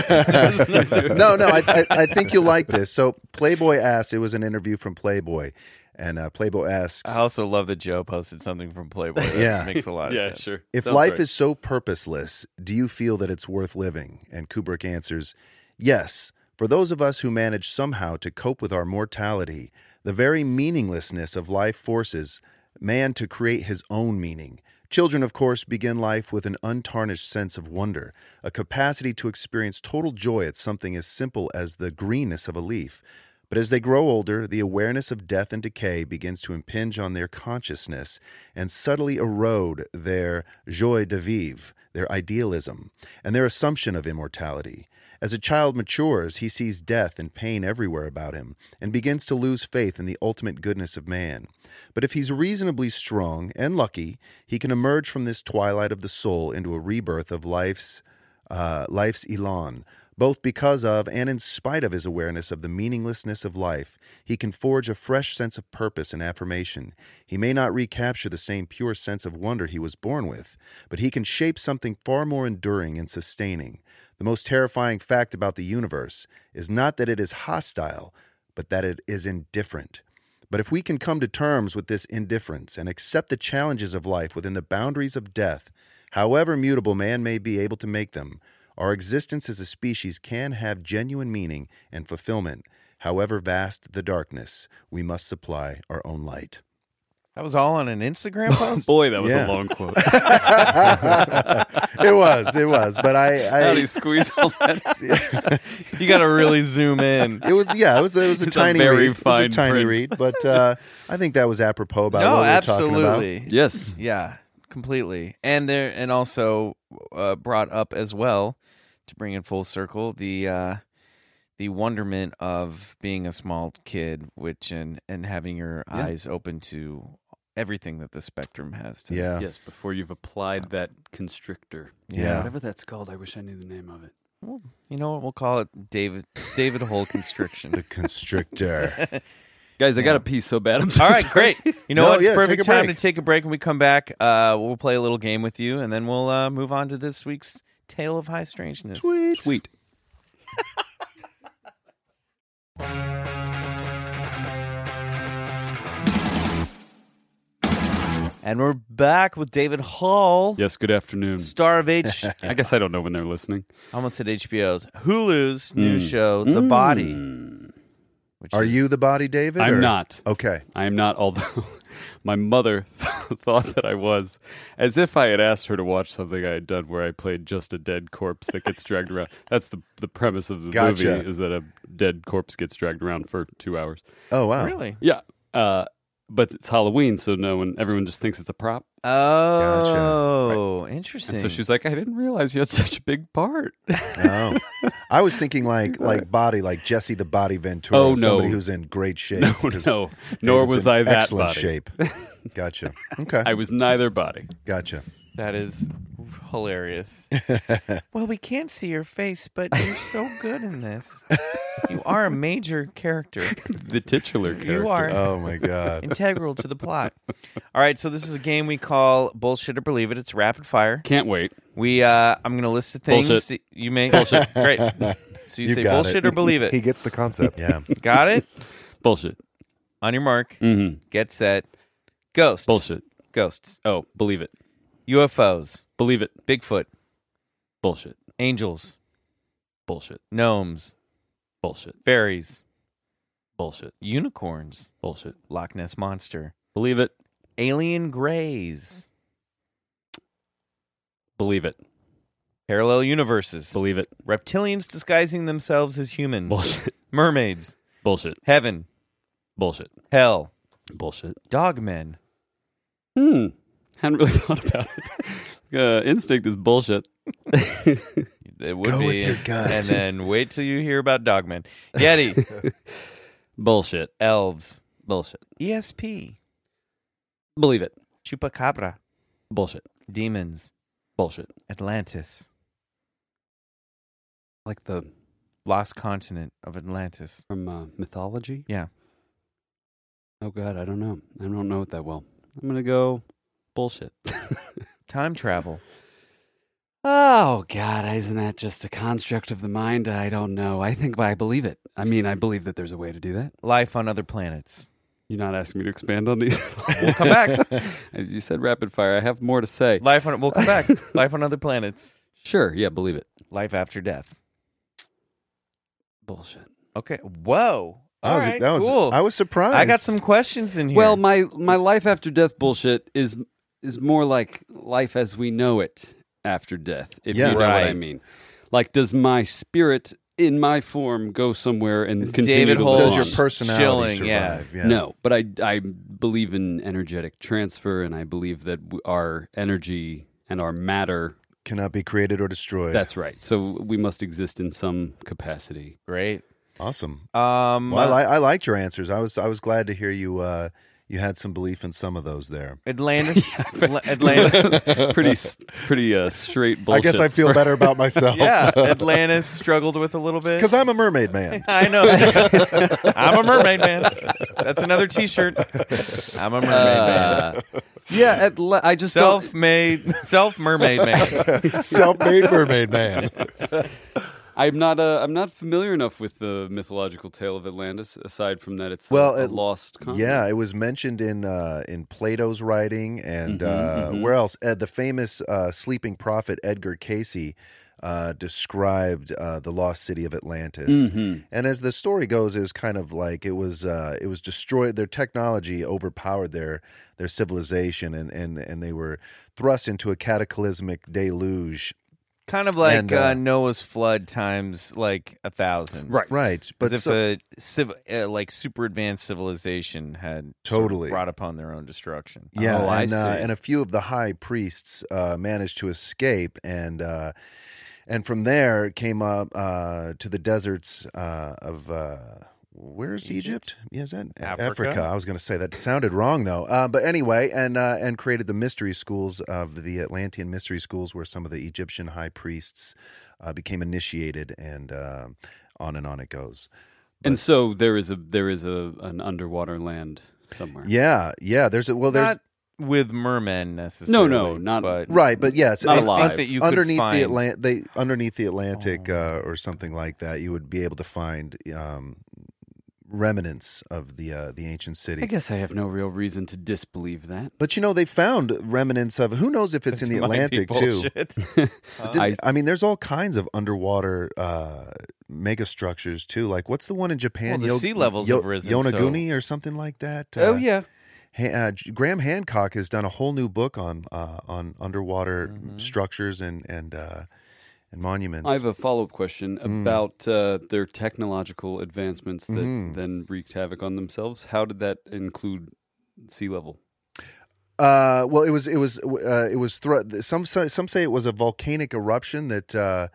D: filmmaking.
B: no, no, I, I, I think you'll like this. So Playboy asks. It was an interview from Playboy, and uh, Playboy asks
D: I also love that Joe posted something from Playboy. That
B: Yeah.
D: makes a lot of
C: yeah,
D: sense.
C: sure.
B: if
C: Sounds
B: life
C: right.
B: is so purposeless. Do you feel that it's worth living? And Kubrick answers, yes. For those of us who manage somehow to cope with our mortality, the very meaninglessness of life forces man to create his own meaning. Children, of course, begin life with an untarnished sense of wonder, a capacity to experience total joy at something as simple as the greenness of a leaf. But as they grow older, the awareness of death and decay begins to impinge on their consciousness and subtly erode their joie de vivre, their idealism, and their assumption of immortality. As a child matures, he sees death and pain everywhere about him and begins to lose faith in the ultimate goodness of man. But if he's reasonably strong and lucky, he can emerge from this twilight of the soul into a rebirth of life's uh, life's elan. Both because of and in spite of his awareness of the meaninglessness of life, he can forge a fresh sense of purpose and affirmation. He may not recapture the same pure sense of wonder he was born with, but he can shape something far more enduring and sustaining. The most terrifying fact about the universe is not that it is hostile, but that it is indifferent. But if we can come to terms with this indifference and accept the challenges of life within the boundaries of death, however mutable man may be able to make them, our existence as a species can have genuine meaning and fulfillment. However vast the darkness, we must supply our own light.
D: That was all on an Instagram post.
C: Oh, Boy, that was
B: Yeah.
C: a long quote.
B: It was, it was, but I,
C: How
B: I
C: do you squeeze all that?
D: you got to really zoom in.
B: it was, yeah, it was, it was a
C: It's a
B: tiny
C: very
B: read, It was
C: fine
B: a tiny
C: print.
B: read, but uh, I think that was apropos about what we were talking about.
C: Yes.
D: Yeah, completely. And there, and also uh, brought up as well to bring in full circle the uh, the wonderment of being a small kid, which and and having your
C: Yeah.
D: eyes open to everything that the spectrum has. To
B: Yeah,
C: Yes, before you've applied that constrictor.
B: Yeah.
C: Whatever that's called, I wish I knew the name of it.
D: Well, you know what? We'll call it David David Hole constriction.
B: the constrictor.
C: Guys, I got to pee so bad. I'm so
D: All right,
C: sorry.
D: great. You know
B: No,
D: what? It's
B: yeah, take
D: perfect
B: a
D: time to
B: break.
D: take a break. When we come back, uh, we'll play a little game with you, and then we'll uh, move on to this week's tale of high strangeness.
C: Sweet.
D: And we're back with David Hall,
C: Yes, good afternoon.
D: star of H.
C: I guess I don't know when they're listening.
D: almost at HBO's Hulu's new
C: Mm.
D: show, The Body.
C: Mm.
D: Which
B: Hmm. Are
D: is-
B: you the body, David?
C: I'm
B: or-
C: not.
B: Okay.
C: I am not, although my mother thought that I was, as if I had asked her to watch something I had done where I played just a dead corpse that gets dragged around. That's the, the premise of the
B: Gotcha.
C: movie is that a dead corpse gets dragged around for two hours.
B: Oh wow.
D: really?
C: Yeah. Uh, but it's Halloween, so no one, everyone just thinks it's a prop.
D: Oh, interesting.
C: And so she was like, I didn't realize you had such a big part.
B: Oh. I was thinking like like body, like Jesse the Body Ventura,
C: Oh, no.
B: somebody who's in great shape.
C: No,
B: because
C: no.
B: David's
C: Nor was
B: in
C: I that
B: excellent
C: body.
B: shape. Gotcha. Okay.
C: I was neither body.
B: gotcha.
D: that is hilarious. well, we can't see your face, but you're so good in this. You are a major character.
C: The titular character.
D: You are.
B: Oh my god.
D: integral to the plot. All right, so this is a game we call bullshit or believe it. It's rapid fire.
C: Can't wait.
D: We uh I'm going to list the things
C: Bullshit.
D: that you may bullshit. Great. So you,
B: You
D: say
B: got
D: bullshit
B: it.
D: or believe
E: He
D: it.
E: gets the concept.
B: Yeah.
D: got it?
C: Bullshit.
D: On your mark,
C: hmm
D: get set. Ghosts.
C: Bullshit.
D: Ghosts.
C: Oh, believe it.
D: UFOs.
C: Believe it.
D: Bigfoot.
C: Bullshit.
D: Angels.
C: Bullshit.
D: Gnomes.
C: Bullshit.
D: Fairies.
C: Bullshit.
D: Unicorns.
C: Bullshit.
D: Loch Ness monster.
C: Believe it.
D: Alien greys.
C: Believe it.
D: Parallel universes.
C: Believe it.
D: Reptilians disguising themselves as humans.
C: Bullshit.
D: Mermaids.
C: Bullshit.
D: Heaven.
C: Bullshit.
D: Hell.
C: Bullshit.
D: Dogmen.
C: Hmm. Hadn't really thought about it. Uh, instinct is bullshit.
D: It would
B: Go
D: be.
B: with your gut.
D: And then wait till you hear about Dogmen. Yeti.
C: Bullshit.
D: elves. E
C: Bullshit.
D: ESP.
C: Believe it.
D: Chupacabra.
C: Bullshit.
D: Demons.
C: Bullshit.
D: Atlantis.
C: Like the
D: Lost continent of Atlantis.
C: from uh, mythology.
D: Yeah.
C: Oh God, I don't know. I don't know it that well. I'm gonna go bullshit.
D: Time travel.
C: oh God, isn't that just a construct of the mind? I don't know. I think I believe it. I mean, I believe that there's a way to do that.
D: Life on other planets.
C: You're not asking me to expand on these.
D: We'll come back.
C: As you said, rapid fire. I have more to say.
D: Life on we'll come back. Life on other planets.
C: Sure. Yeah, believe it.
D: Life after death.
C: Bullshit.
D: Okay. Whoa.
B: I
D: All
B: was,
D: right,
B: that was,
D: cool.
B: I was surprised.
D: I got some questions in here.
C: Well, my my life after death bullshit is is more like life as we know it after death. If
B: Yeah.
C: you know what I
D: Right.
C: mean. Like, does my spirit in my form go somewhere and continue
D: David
C: to
D: Holmes-
C: live
B: Does your
C: on?
B: personality
D: Chilling, yeah.
B: survive?
C: No, but I I believe in energetic transfer, and I believe that w- our energy and our matter.
B: Cannot be created or destroyed.
C: That's right. So we must exist in some capacity.
D: great.
B: awesome.
D: Um,
B: Well, I, li- I liked your answers. I was I was glad to hear you. Uh, you had some belief in some of those there.
D: Atlantis. Atla- Atlantis.
C: pretty s- pretty uh, straight
B: I
C: bullshit.
B: guess I feel better about myself.
D: yeah, Atlantis struggled with a little bit.
B: because I'm a mermaid man.
D: I know. I'm a mermaid man. That's another T-shirt. I'm a mermaid man.
C: Uh, yeah, at le- I just don't.
D: Self-made, self-mermaid man.
B: Self-made mermaid man.
C: I'm not. Uh, I'm not familiar enough with the mythological tale of Atlantis. Aside from that, it's
B: Well,
C: well, a,
B: it-
C: lost. Continent.
B: Yeah, it was mentioned in uh, in Plato's writing and
C: Mhm,
B: uh,
C: mhm.
B: where else? Uh, the famous uh, sleeping prophet Edgar Casey uh, described uh, the lost city of Atlantis.
C: Mhm.
B: And as the story goes, it was kind of like it was uh, it was destroyed. Their technology overpowered their their civilization, and and and they were thrust into a cataclysmic deluge.
D: Kind of like
B: And,
D: uh,
B: uh,
D: Noah's flood times like a thousand.
C: Right.
B: Right,
D: But
B: but
D: if
B: so-
D: a civ- uh, like super advanced civilization had sort of
B: Totally.
D: brought upon their own destruction.
B: Yeah,
C: Oh, I
B: and, Uh,
C: see.
B: and a few of the high priests uh, managed to escape, and uh, and from there came up uh, to the deserts uh, of uh, where's Egypt? Yeah, is that
D: Africa?
B: I was going to say that sounded wrong though, uh, but anyway, and uh, and created the mystery schools of the Atlantean mystery schools, where some of the Egyptian high priests uh, became initiated, and um on and on it goes.
C: And so there is a there is a an underwater land somewhere.
B: Yeah, yeah. There's a well, there's
D: Not with mermen necessarily.
C: not-
D: But
B: Right, but yes,
C: Not
B: I
C: alive.
B: think
C: that
D: you could
B: underneath
D: find- Oh.
B: the Atlantic, they underneath the Atlantic uh, or something like that, you would be able to find um, remnants of the uh, the ancient
C: I
B: city.
C: guess I have no real reason to disbelieve that.
B: But you know, they found remnants of who knows if it's in the
D: might be
B: Atlantic too.
D: bullshit.
B: Did-
C: I-
B: I, mean, there's all kinds of underwater uh, megastructures too. Like what's the one in Japan?
D: Well, the sea levels have risen, so-
B: Yonaguni or something like that.
C: oh
B: Uh,
C: yeah,
B: Ha- uh, J- Graham Hancock has done a whole new book on uh, on underwater
D: Mm-hmm.
B: structures and and uh, and Mm. monuments.
C: I have a follow up question about uh, their technological advancements that
B: Mm-hmm.
C: then wreaked havoc on themselves. How did that include sea level?
B: Uh, well, it was it was uh, it was thr- some say- some say it was a volcanic eruption that uh,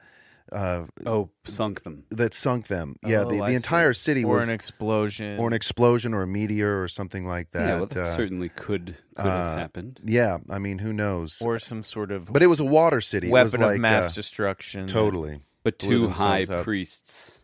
B: uh,
C: Oh, sunk them.
B: that sunk them. Yeah,
C: Oh,
B: the,
C: I
B: the
C: see.
B: entire city
D: or
B: was
D: an explosion.
B: or an explosion or a meteor or something like that.
C: yeah, well, that
B: Uh,
C: certainly could could
B: uh,
C: have happened.
B: yeah, I mean, who knows?
D: or some sort of
B: but it was a water city. it was
D: weapon
B: like,
D: of mass
B: uh,
D: destruction. that-
B: totally.
C: But
D: blew
C: two high
D: themselves up.
C: priests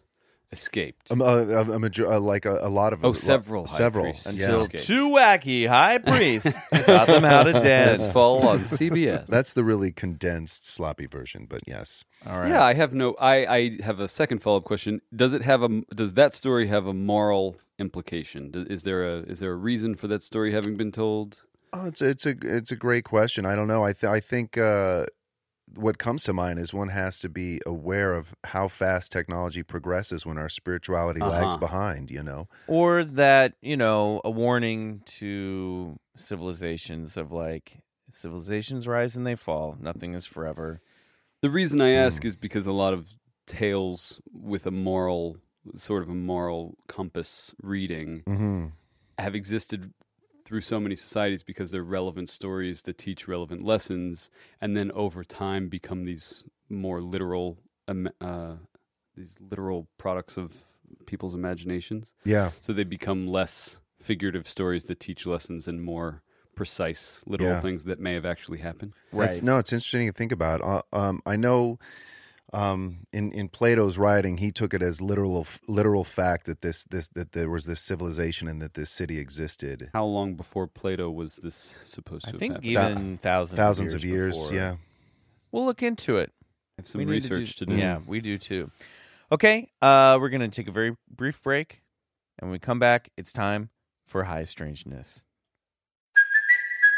C: escaped.
B: Um, uh, uh, a major- uh, like a, a lot of a
C: Oh,
B: lot-
C: several high
B: several
C: priests.
B: yeah.
C: Until- escaped.
D: Two wacky high priests taught them how to
C: That's
D: dance.
C: fall on CBS.
B: That's the really condensed, sloppy version. But yes,
D: All right.
C: Yeah, I have no. I, I have a second follow up question. Does it have a? Does that story have a moral implication? Does, is there a is there a reason for that story having been told?
B: Oh, it's it's a it's a great question. I don't know. I th- I think uh, what comes to mind is one has to be aware of how fast technology progresses when our spirituality lags
C: Uh-huh.
B: behind. You know,
D: Or that, you know, a warning to civilizations of like civilizations rise and they fall. Nothing is forever.
C: The reason I ask is because a lot of tales with a moral sort of a moral compass reading
B: mm-hmm.
C: have existed through so many societies because they're relevant stories that teach relevant lessons, and then over time become these more literal, um, uh, these literal products of people's imaginations.
B: yeah,
C: So they become less figurative stories that teach lessons and more precise literal
B: Yeah.
C: things that may have actually happened.
B: That's, no, it's interesting to think about. Uh, um, I know um, in in Plato's writing, he took it as literal literal fact that this this that there was this civilization and that this city existed
C: How long before Plato was this supposed to
D: I
C: have
D: think
C: happened?
D: even thousands
B: thousands
D: of
B: of years.
D: before.
B: yeah,
D: We'll look into it.
C: I have some
D: We need to do-
C: research to do.
D: Yeah, we do too. Okay, uh, we're gonna take a very brief break, and when we come back, it's time for high strangeness.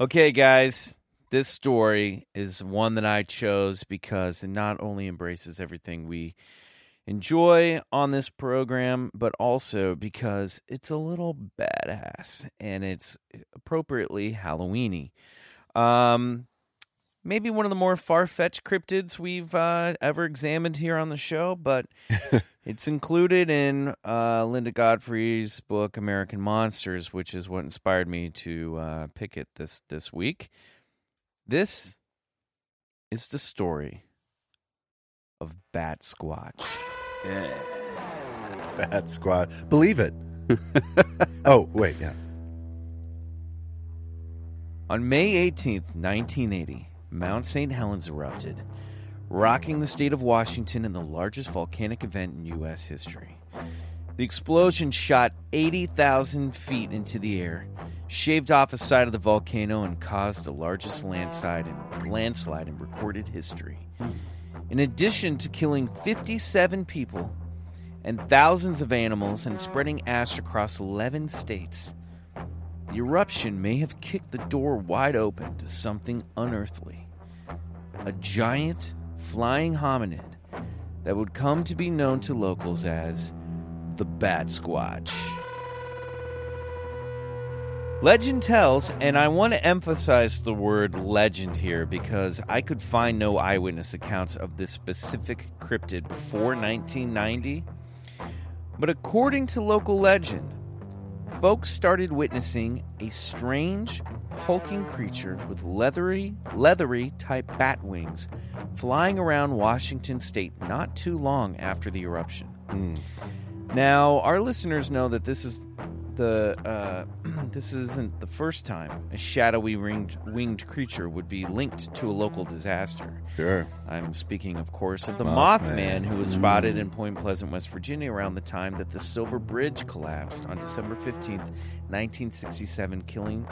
D: Okay, guys, this story is one that I chose because it not only embraces everything we enjoy on this program, but also because it's a little badass and it's appropriately Halloweeny. Um, maybe one of the more far fetched cryptids we've uh, ever examined here on the show, but it's included in uh, Linda Godfrey's book American Monsters, which is what inspired me to uh, pick it this this week. This is the story of Bat Squatch.
B: Bat Squad. Believe it. oh wait, yeah.
D: On May 18th, 1980, Mount St. Helens erupted, rocking the state of Washington in the largest volcanic event in U.S. history. The explosion shot 80,000 feet into the air, shaved off a side of the volcano, and caused the largest landslide in, landslide in recorded history. In addition to killing 57 people and thousands of animals and spreading ash across 11 states, the eruption may have kicked the door wide open to something unearthly. A giant flying hominid that would come to be known to locals as the Bat Squatch. Legend tells, and I want to emphasize the word legend here because I could find no eyewitness accounts of this specific cryptid before 1990. But according to local legend, folks started witnessing a strange, hulking creature with leathery, leathery type bat wings flying around Washington state not too long after the eruption. Now, our listeners know that this is the uh, this isn't the first time a shadowy winged, winged creature would be linked to a local disaster.
B: Sure.
D: I'm speaking, of course, of the
B: Mothman.
D: Mothman, who was spotted in Point Pleasant, West Virginia, around the time that the Silver Bridge collapsed on December 15th, 1967, killing,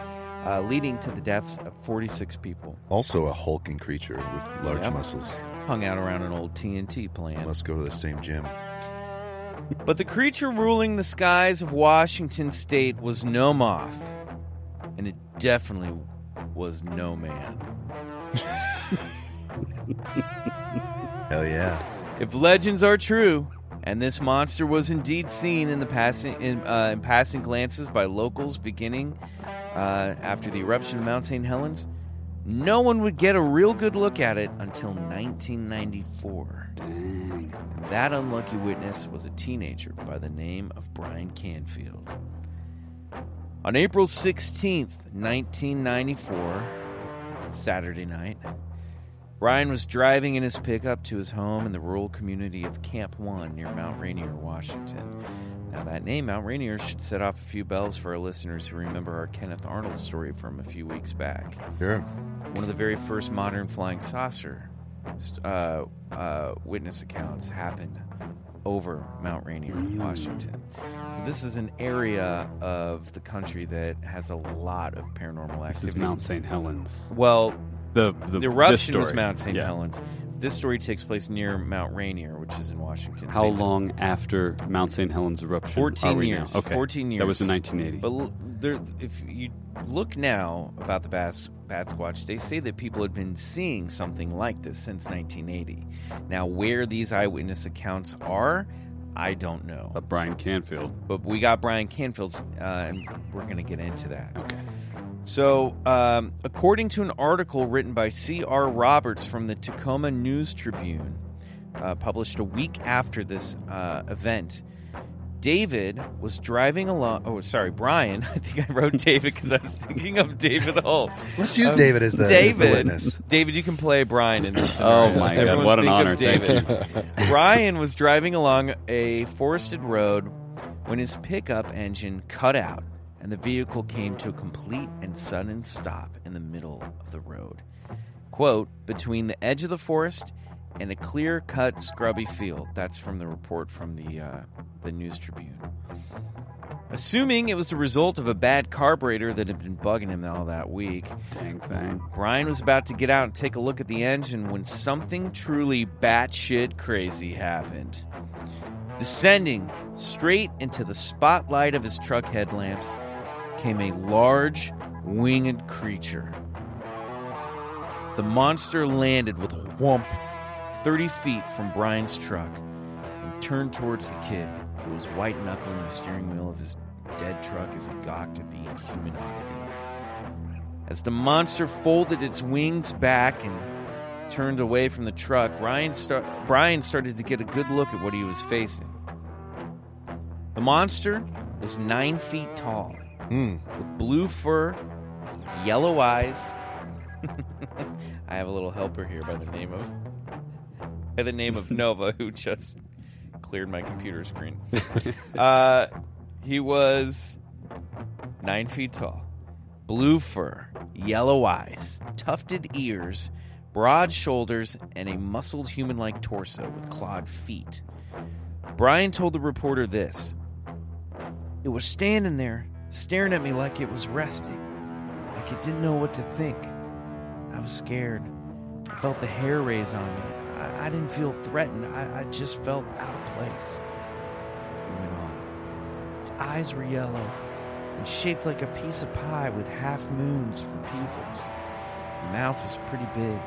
D: uh, leading to the deaths of 46 people.
B: Also a hulking creature with large
D: Yep.
B: muscles.
D: Hung out around an old TNT plant.
B: Must go to the same gym.
D: But the creature ruling the skies of Washington state was no moth, and it definitely was no man.
B: Hell yeah.
D: If legends are true, and this monster was indeed seen in the passing in, uh, in passing glances by locals beginning uh, after the eruption of Mount St. Helens, no one would get a real good look at it until 1994. And That unlucky witness was a teenager by the name of Brian Canfield. On April 16th, 1994, Saturday night, Ryan was driving in his pickup to his home in the rural community of Camp One near Mount Rainier, Washington. Now, that name, Mount Rainier, should set off a few bells for our listeners who remember our Kenneth Arnold story from a few weeks back.
B: Sure.
D: One of the very first modern flying saucer uh, uh, witness accounts happened over Mount Rainier,
C: Mm.
D: Washington. So, this is an area of the country that has a lot of paranormal activity.
C: This is Mount St. Helens.
D: Well,
C: The the,
D: the
C: this
D: eruption was
C: story.
D: Mount St.
C: Yeah.
D: Helens. This story takes place near Mount Rainier, which is in Washington.
C: How
D: state.
C: long after Mount St. Helens eruption?
D: 14
C: are we
D: years.
C: Now? Okay.
D: 14
C: That was in
D: years.
C: 1980.
D: But l- there, if you look now about the Bats, Bat Squatch, they say that people had been seeing something like this since 1980. Now, where these eyewitness accounts are, I don't know.
C: Uh, Brian Canfield.
D: But we got Brian Canfield's, uh, and we're going to get into that.
C: Okay.
D: So, um, according to an article written by C.R. Roberts from the Tacoma News Tribune, uh, published a week after this uh, event, David was driving along. Oh, sorry, Brian. I think I wrote David because I was thinking of David Hull.
B: Let's use David as the, as the witness.
D: David, you can play Brian in this.
C: Oh
D: scenario.
C: my God,
D: Everyone
C: what an
D: think of
C: honor. Thank
D: David. Brian was driving along a forested road when his pickup engine cut out and the vehicle came to a complete and sudden stop in the middle of the road. Quote, between the edge of the forest and a clear cut, scrubby field. That's from the report from the, uh, the News Tribune. Assuming it was the result of a bad carburetor that had been bugging him all that week,
C: Dang thing.
D: Brian was about to get out and take a look at the engine when something truly batshit crazy happened. Descending straight into the spotlight of his truck headlamps came a large winged creature. The monster landed with a whomp 30 feet from Brian's truck and turned towards the kid, who was white knuckling the steering wheel of his dead truck as he gawked at the inhuman oddity. As the monster folded its wings back and turned away from the truck, Ryan star- Brian started to get a good look at what he was facing. The monster was nine feet tall,
B: Hmm.
D: with blue fur, yellow eyes. I have a little helper here by the name of by the name of Nova, who just cleared my computer screen. uh, he was nine feet tall, blue fur, yellow eyes, tufted ears, broad shoulders, and a muscled human like torso with clawed feet. Brian told the reporter this It was standing there, staring at me like it was resting, like it didn't know what to think. I was scared. I felt the hair raise on me. I, I didn't feel threatened, I, I just felt out of place. He went on. Its eyes were yellow and shaped like a piece of pie with half moons for pupils. The mouth was pretty big,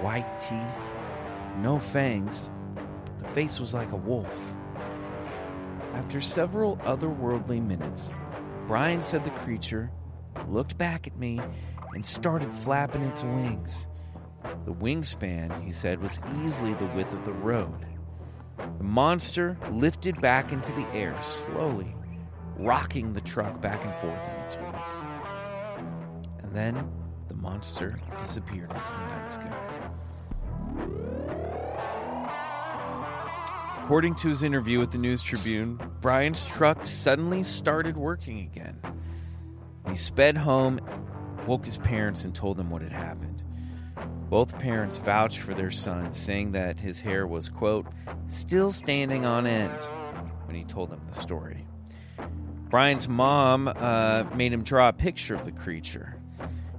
D: white teeth, no fangs. The face was like a wolf. After several otherworldly minutes, Brian said the creature looked back at me and started flapping its wings. The wingspan, he said, was easily the width of the road. The monster lifted back into the air slowly, rocking the truck back and forth in its wake. And then the monster disappeared into the night sky. According to his interview with the News Tribune, Brian's truck suddenly started working again. He sped home, woke his parents, and told them what had happened. Both parents vouched for their son, saying that his hair was, quote, still standing on end when he told them the story. Brian's mom uh, made him draw a picture of the creature,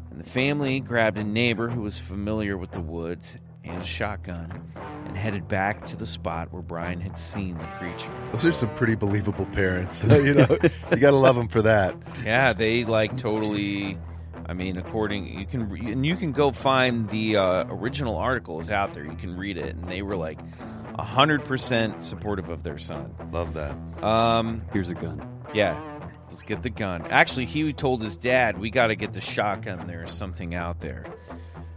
D: and the family grabbed a neighbor who was familiar with the woods and a shotgun and headed back to the spot where Brian had seen the creature.
B: Those are some pretty believable parents. you know, you gotta love them for that.
D: Yeah, they like totally. I mean, according you can re- and you can go find the uh, original article is out there. You can read it, and they were like hundred percent supportive of their son.
B: Love that.
D: Um,
C: Here's a gun.
D: yeah, let's get the gun. Actually, he told his dad, "We got to get the shotgun. There's something out there."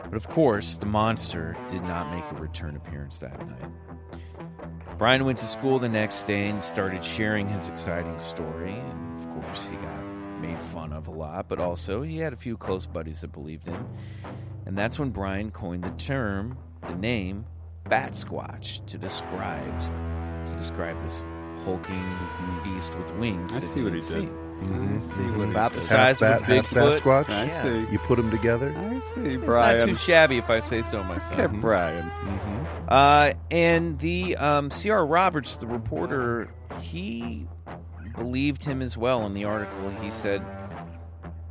D: But of course, the monster did not make a return appearance that night. Brian went to school the next day and started sharing his exciting story. And of course, he got made fun of a lot, but also he had a few close buddies that believed him. And that's when Brian coined the term, the name, Bat Squatch, to describe to describe this hulking beast with wings.
C: I
D: that
C: see what
D: had
C: he did.
D: seen.
B: Mhm.
D: He's about the
B: Half
D: size
B: bat,
D: of a
B: half
D: Bigfoot.
B: Sasquatch.
C: I
D: Yeah.
C: see.
B: You put them together.
C: I see,
D: It's
C: Brian.
D: not too mm-hmm. shabby, if I say so myself.
C: Okay, Brian.
D: Uh, and the um, C.R. Roberts, the reporter, he believed him as well in the article. He said,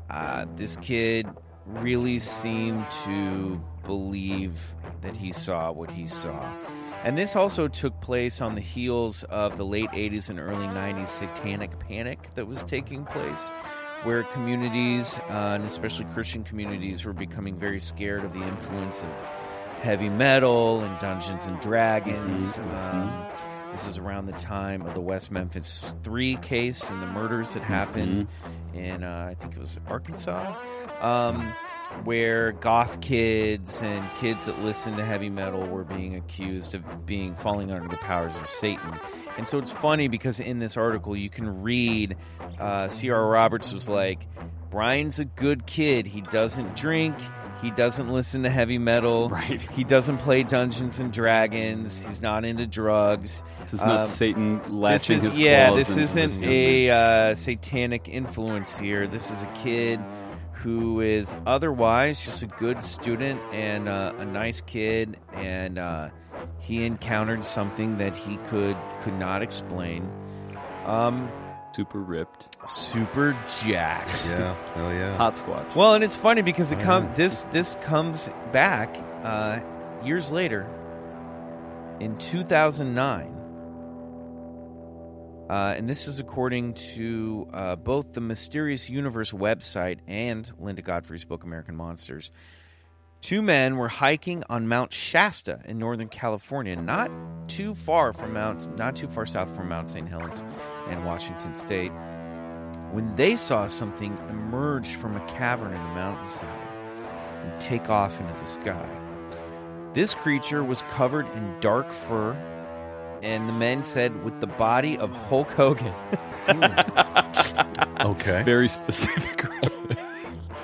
D: uh, This kid really seemed to believe that he saw what he saw. And this also took place on the heels of the late 80s and early 90s satanic panic that was taking place, where communities, uh, and especially Christian communities, were becoming very scared of the influence of heavy metal and Dungeons and Dragons. Um, This is around the time of the West Memphis 3 case and the murders that happened in, uh, I think it was Arkansas, um, where goth kids and kids that listened to heavy metal were being accused of being falling under the powers of Satan. And so it's funny because in this article, you can read uh, C.R. Roberts was like, Brian's a good kid. He doesn't drink. He doesn't listen to heavy metal.
C: Right.
D: He doesn't play Dungeons and Dragons. He's not into drugs.
C: This is not
D: Um,
C: Satan
D: This
C: latching
D: is,
C: his
D: yeah,
C: claws
D: this
C: into
D: isn't
C: young man.
D: a uh, satanic influence here. This is a kid who is otherwise just a good student and uh, a nice kid, and uh, he encountered something that he could could not explain. Um,
C: super ripped
D: super jacked.
B: Yeah, hell yeah.
C: hot squatch.
D: Well, and it's funny because it
B: I
D: come
B: know.
D: this this comes back uh, years later in 2009. Uh, and this is according to uh, both the Mysterious Universe website and Linda Godfrey's book, American Monsters. Two men were hiking on Mount Shasta in Northern California, not too far from Mount, not too far south from Mount St. Helens and Washington State when they saw something emerge from a cavern in the mountainside and take off into the sky. This creature was covered in dark fur, and the men said, with the body of Hulk Hogan.
B: Okay.
C: Very specific.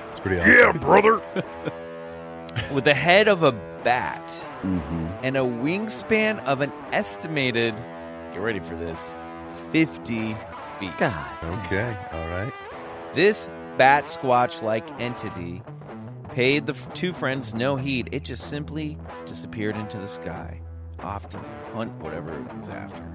B: It's pretty awesome.
A: Yeah, brother.
D: with the head of a bat and a wingspan of an estimated, get ready for this, 50 feet.
B: Okay. All right.
D: This bat squatch like entity paid the f- two friends no heed. It just simply disappeared into the sky, off to hunt whatever it was after.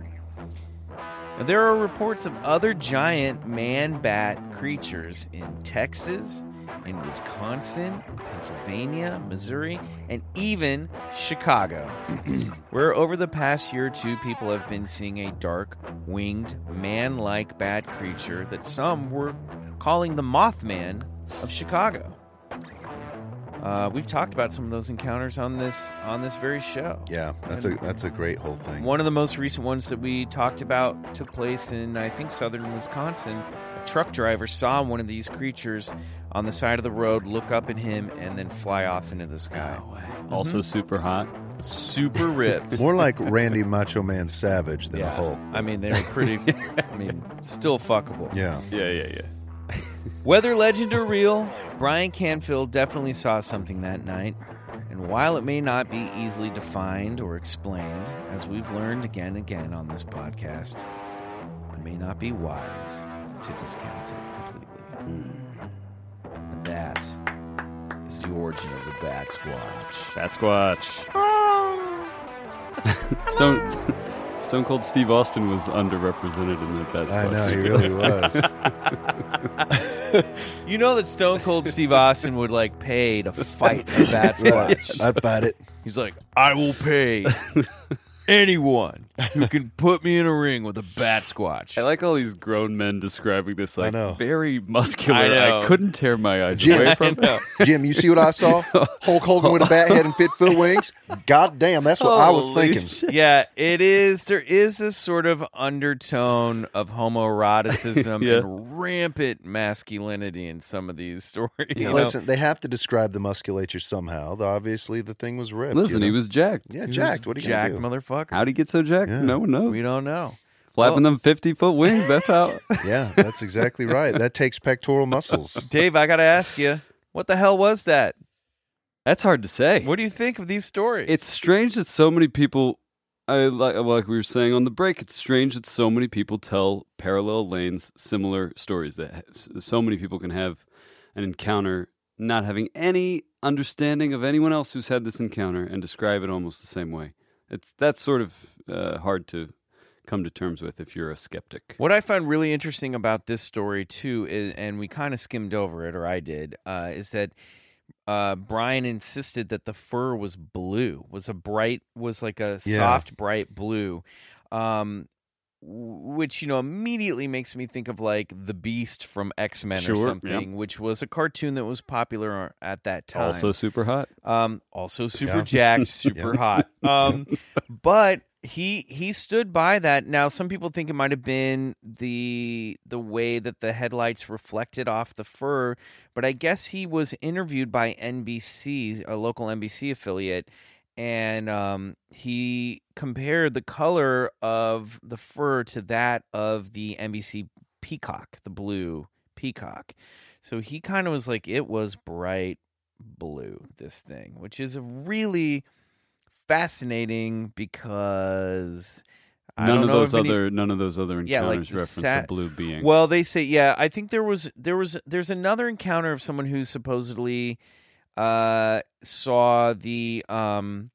D: Now, there are reports of other giant man bat creatures in Texas, in Wisconsin, Pennsylvania, Missouri, and even Chicago, where over the past year or two, people have been seeing a dark, winged, man like bat creature that some were calling the Mothman of Chicago. Uh, we've talked about some of those encounters on this on this very show.
B: Yeah, that's a that's a great whole thing.
D: One of the most recent ones that we talked about took place in, I think, southern Wisconsin. A truck driver saw one of these creatures on the side of the road, look up at him, and then fly off into the sky. Mm-hmm.
C: Also super hot.
D: Super ripped.
B: More like Randy Macho Man Savage than a
D: yeah.
B: Hulk.
D: I mean, they were pretty, I mean, still fuckable.
B: Yeah.
C: Yeah, yeah, yeah.
D: Whether legend or real, Brian Canfield definitely saw something that night. And while it may not be easily defined or explained, as we've learned again and again on this podcast, it may not be wise to discount it completely. And that is the origin of the Bat Squatch.
C: Bat squatch. Stone Stone Cold Steve Austin was underrepresented in the Bat
B: I
C: squatch.
B: know he really was.
D: You know that Stone Cold Steve Austin would like pay to fight the Bat
B: Yeah,
D: Squatch.
B: I bet it.
D: He's like, I will pay anyone who can put me in a ring with a bat squatch.
C: I like all these grown men describing this like
B: know.
C: very muscular.
D: I know.
C: I couldn't tear my eyes
B: Jim.
C: away from it.
B: Jim, you see what I saw? Hulk Hogan with a bat head and fit foot wings. God damn, that's what I was
C: Holy
B: thinking.
D: yeah, it is. There is this sort of undertone of homoeroticism
C: Yeah.
D: and rampant masculinity in some of these stories. you know?
B: Listen, they have to describe the musculature somehow. Though obviously, the thing was ripped.
C: Listen,
B: you know?
C: he was jacked.
B: yeah
C: He was-
B: jacked. What are you
D: Jack
B: gonna do?
D: motherfucker.
C: How'd he get so jacked?
B: Yeah.
C: No one knows.
D: We don't know.
C: Flapping them fifty foot wings. That's how.
B: yeah, that's exactly right. That takes pectoral muscles.
D: Dave, I got to ask you, what the hell was that?
C: that's hard to say.
D: What do you think of these stories?
C: It's strange that so many people. I like like we were saying on the break. It's strange that so many people tell parallel lanes similar stories. That ha- s- so many people can have an encounter, not having any understanding of anyone else who's had this encounter, and describe it almost the same way. It's that's sort of uh, hard to come to terms with if you're a skeptic.
D: What I found really interesting about this story too, is, and we kind of skimmed over it, or I did, uh, is that uh, Brian insisted that the fur was blue, was a bright, was like a
B: Yeah.
D: soft, bright blue, um, w- which you know immediately makes me think of like the Beast from X Men
C: Sure,
D: or
C: yeah.
D: something, which was a cartoon that was popular uh, at that time.
C: Also super hot.
D: Um, also super
B: Yeah.
D: jacked, super hot. Um, but he he stood by that. Now some people think it might have been the the way that the headlights reflected off the fur, but I guess he was interviewed by NBC, a local NBC affiliate, and um, he compared the color of the fur to that of the NBC peacock, the blue peacock. So he kind of was like, it was bright blue, this thing, which is a really fascinating because I
C: none
D: don't
C: of
D: know
C: those
D: if any-
C: other none of those other encounters
D: Yeah, like the
C: reference
D: sat-
C: a blue being.
D: Well, they say yeah. I think there was there was there's another encounter of someone who supposedly uh saw the um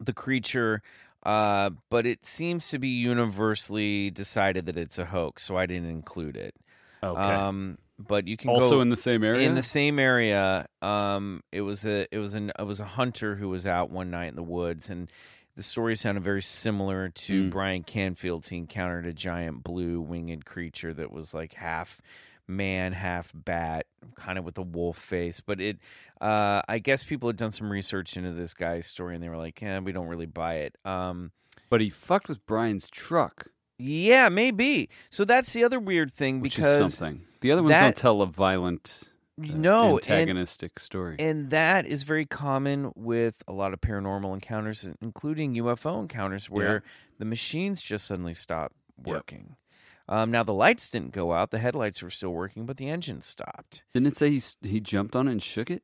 D: the creature uh but it seems to be universally decided that it's a hoax so I didn't include it.
C: okay.
D: Um but you can
C: also
D: go
C: in the same area.
D: in the same area um it was a it was an it was a hunter who was out one night in the woods and the story sounded very similar to
C: Mm.
D: brian canfield's he encountered a giant blue winged creature that was like half man half bat kind of with a wolf face but it uh i guess people had done some research into this guy's story and they were like yeah we don't really buy it um
C: but he fucked with Brian's truck,
D: yeah maybe so that's the other weird thing
C: which
D: because
C: is something. The other ones
D: that-
C: don't tell a violent, uh,
D: no and-
C: antagonistic story.
D: And that is very common with a lot of paranormal encounters, including UFO encounters, where the machines just suddenly stop working. Um, now the lights didn't go out; the headlights were still working, but the engine stopped.
C: Didn't it say he s- he jumped on it and shook it?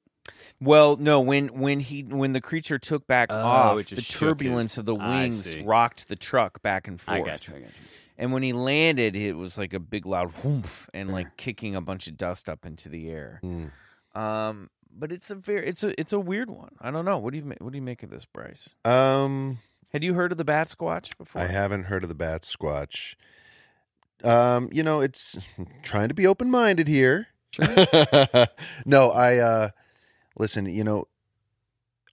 D: Well, no, when when he when the creature took back
C: Oh,
D: off,
C: it
D: the
C: just shook
D: turbulence
C: his-
D: of the
C: I
D: wings
C: see.
D: rocked the truck back and forth.
C: I got you.
D: And when he landed, it was like a big loud whoomph and like kicking a bunch of dust up into the air.
B: Mm.
D: Um, but it's a very it's a it's a weird one. I don't know. What do you ma- what do you make of this, Bryce?
B: Um,
D: Had you heard of the Bat Squatch before?
B: I haven't heard of the bat squatch. Um, you know, it's trying to be open minded here. no, I uh listen, you know,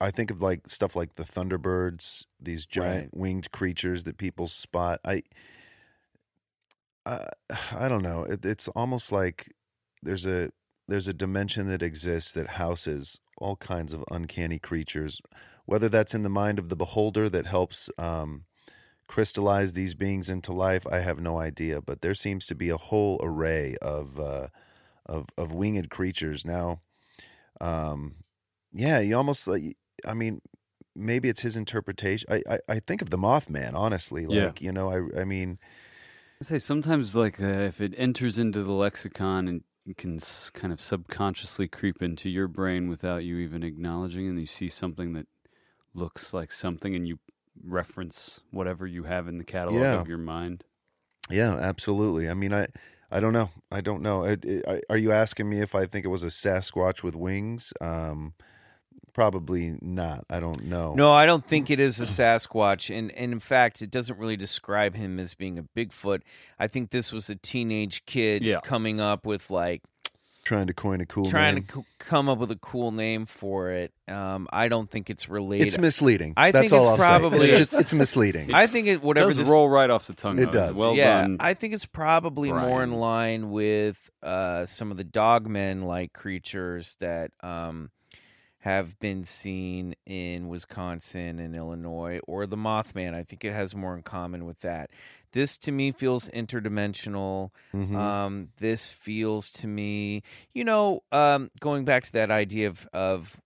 B: I think of like stuff like the Thunderbirds, these giant winged creatures that people spot. I uh, I don't know. It, it's almost like there's a there's a dimension that exists that houses all kinds of uncanny creatures, whether that's in the mind of the beholder that helps um, crystallize these beings into life. I have no idea, but there seems to be a whole array of uh, of of winged creatures now. Um, yeah, you almost like I mean, maybe it's his interpretation. I I, I think of the Mothman, honestly.
C: Yeah.
B: Like you know, I I mean,
C: I say sometimes, like uh, if it enters into the lexicon and you can s- kind of subconsciously creep into your brain without you even acknowledging, and you see something that looks like something, and you reference whatever you have in the catalog
B: Yeah.
C: of your mind.
B: Yeah, absolutely. I mean, I I don't know. I don't know. I, I, are you asking me if I think it was a Sasquatch with wings? Um, probably not. I don't know.
D: No, I don't think it is a Sasquatch, and, and in fact, it doesn't really describe him as being a Bigfoot. I think this was a teenage kid
C: Yeah.
D: coming up with like
B: Trying to coin a cool
D: trying
B: name.
D: to c- come up with a cool name for it. Um, I don't think it's related.
B: It's misleading.
D: I
B: That's
D: think
B: all
D: it's
B: I'll
D: probably-
B: say. It's just it's misleading.
D: I think it whatever
C: does
D: this
C: roll right off the tongue.
B: It
C: though. It's
B: does.
C: Well
D: yeah,
C: done.
D: I think it's probably more in
C: Brian.
D: line with uh, some of the dogmen like creatures that um, have been seen in Wisconsin and Illinois, or the Mothman. I think it has more in common with that. This to me feels interdimensional.
B: Mhm.
D: Um, this feels to me, you know, um, going back to that idea of of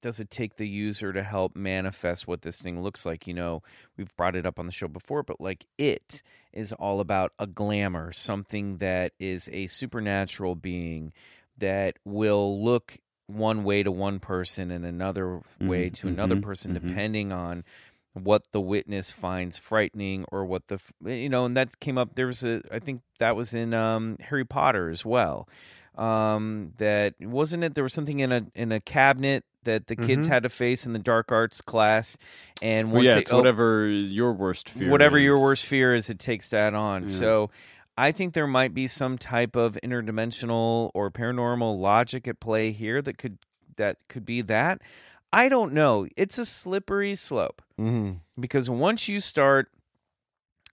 D: does it take the user to help manifest what this thing looks like? You know, we've brought it up on the show before, but like it is all about a glamour, something that is a supernatural being that will look one way to one person and another way
C: Mhm,
D: to another
C: mhm,
D: person,
C: mhm.
D: depending on what the witness finds frightening or what the f- eh, you know and that came up there was a i think that was in um harry potter as well um that wasn't it there was something in a in a cabinet that the kids
B: Mhm.
D: had to face in the dark arts class and
C: Mm-hmm. Well,
D: once
C: yeah,
D: they
C: it's
D: op-
C: whatever your worst fear.
D: oh, whatever your
C: is.
D: worst fear is it takes that on
C: Yeah.
D: so i think there might be some type of interdimensional or paranormal logic at play here that could that could be that i don't know it's a slippery slope
C: Mm-hmm.
B: Mhm.
D: because once you start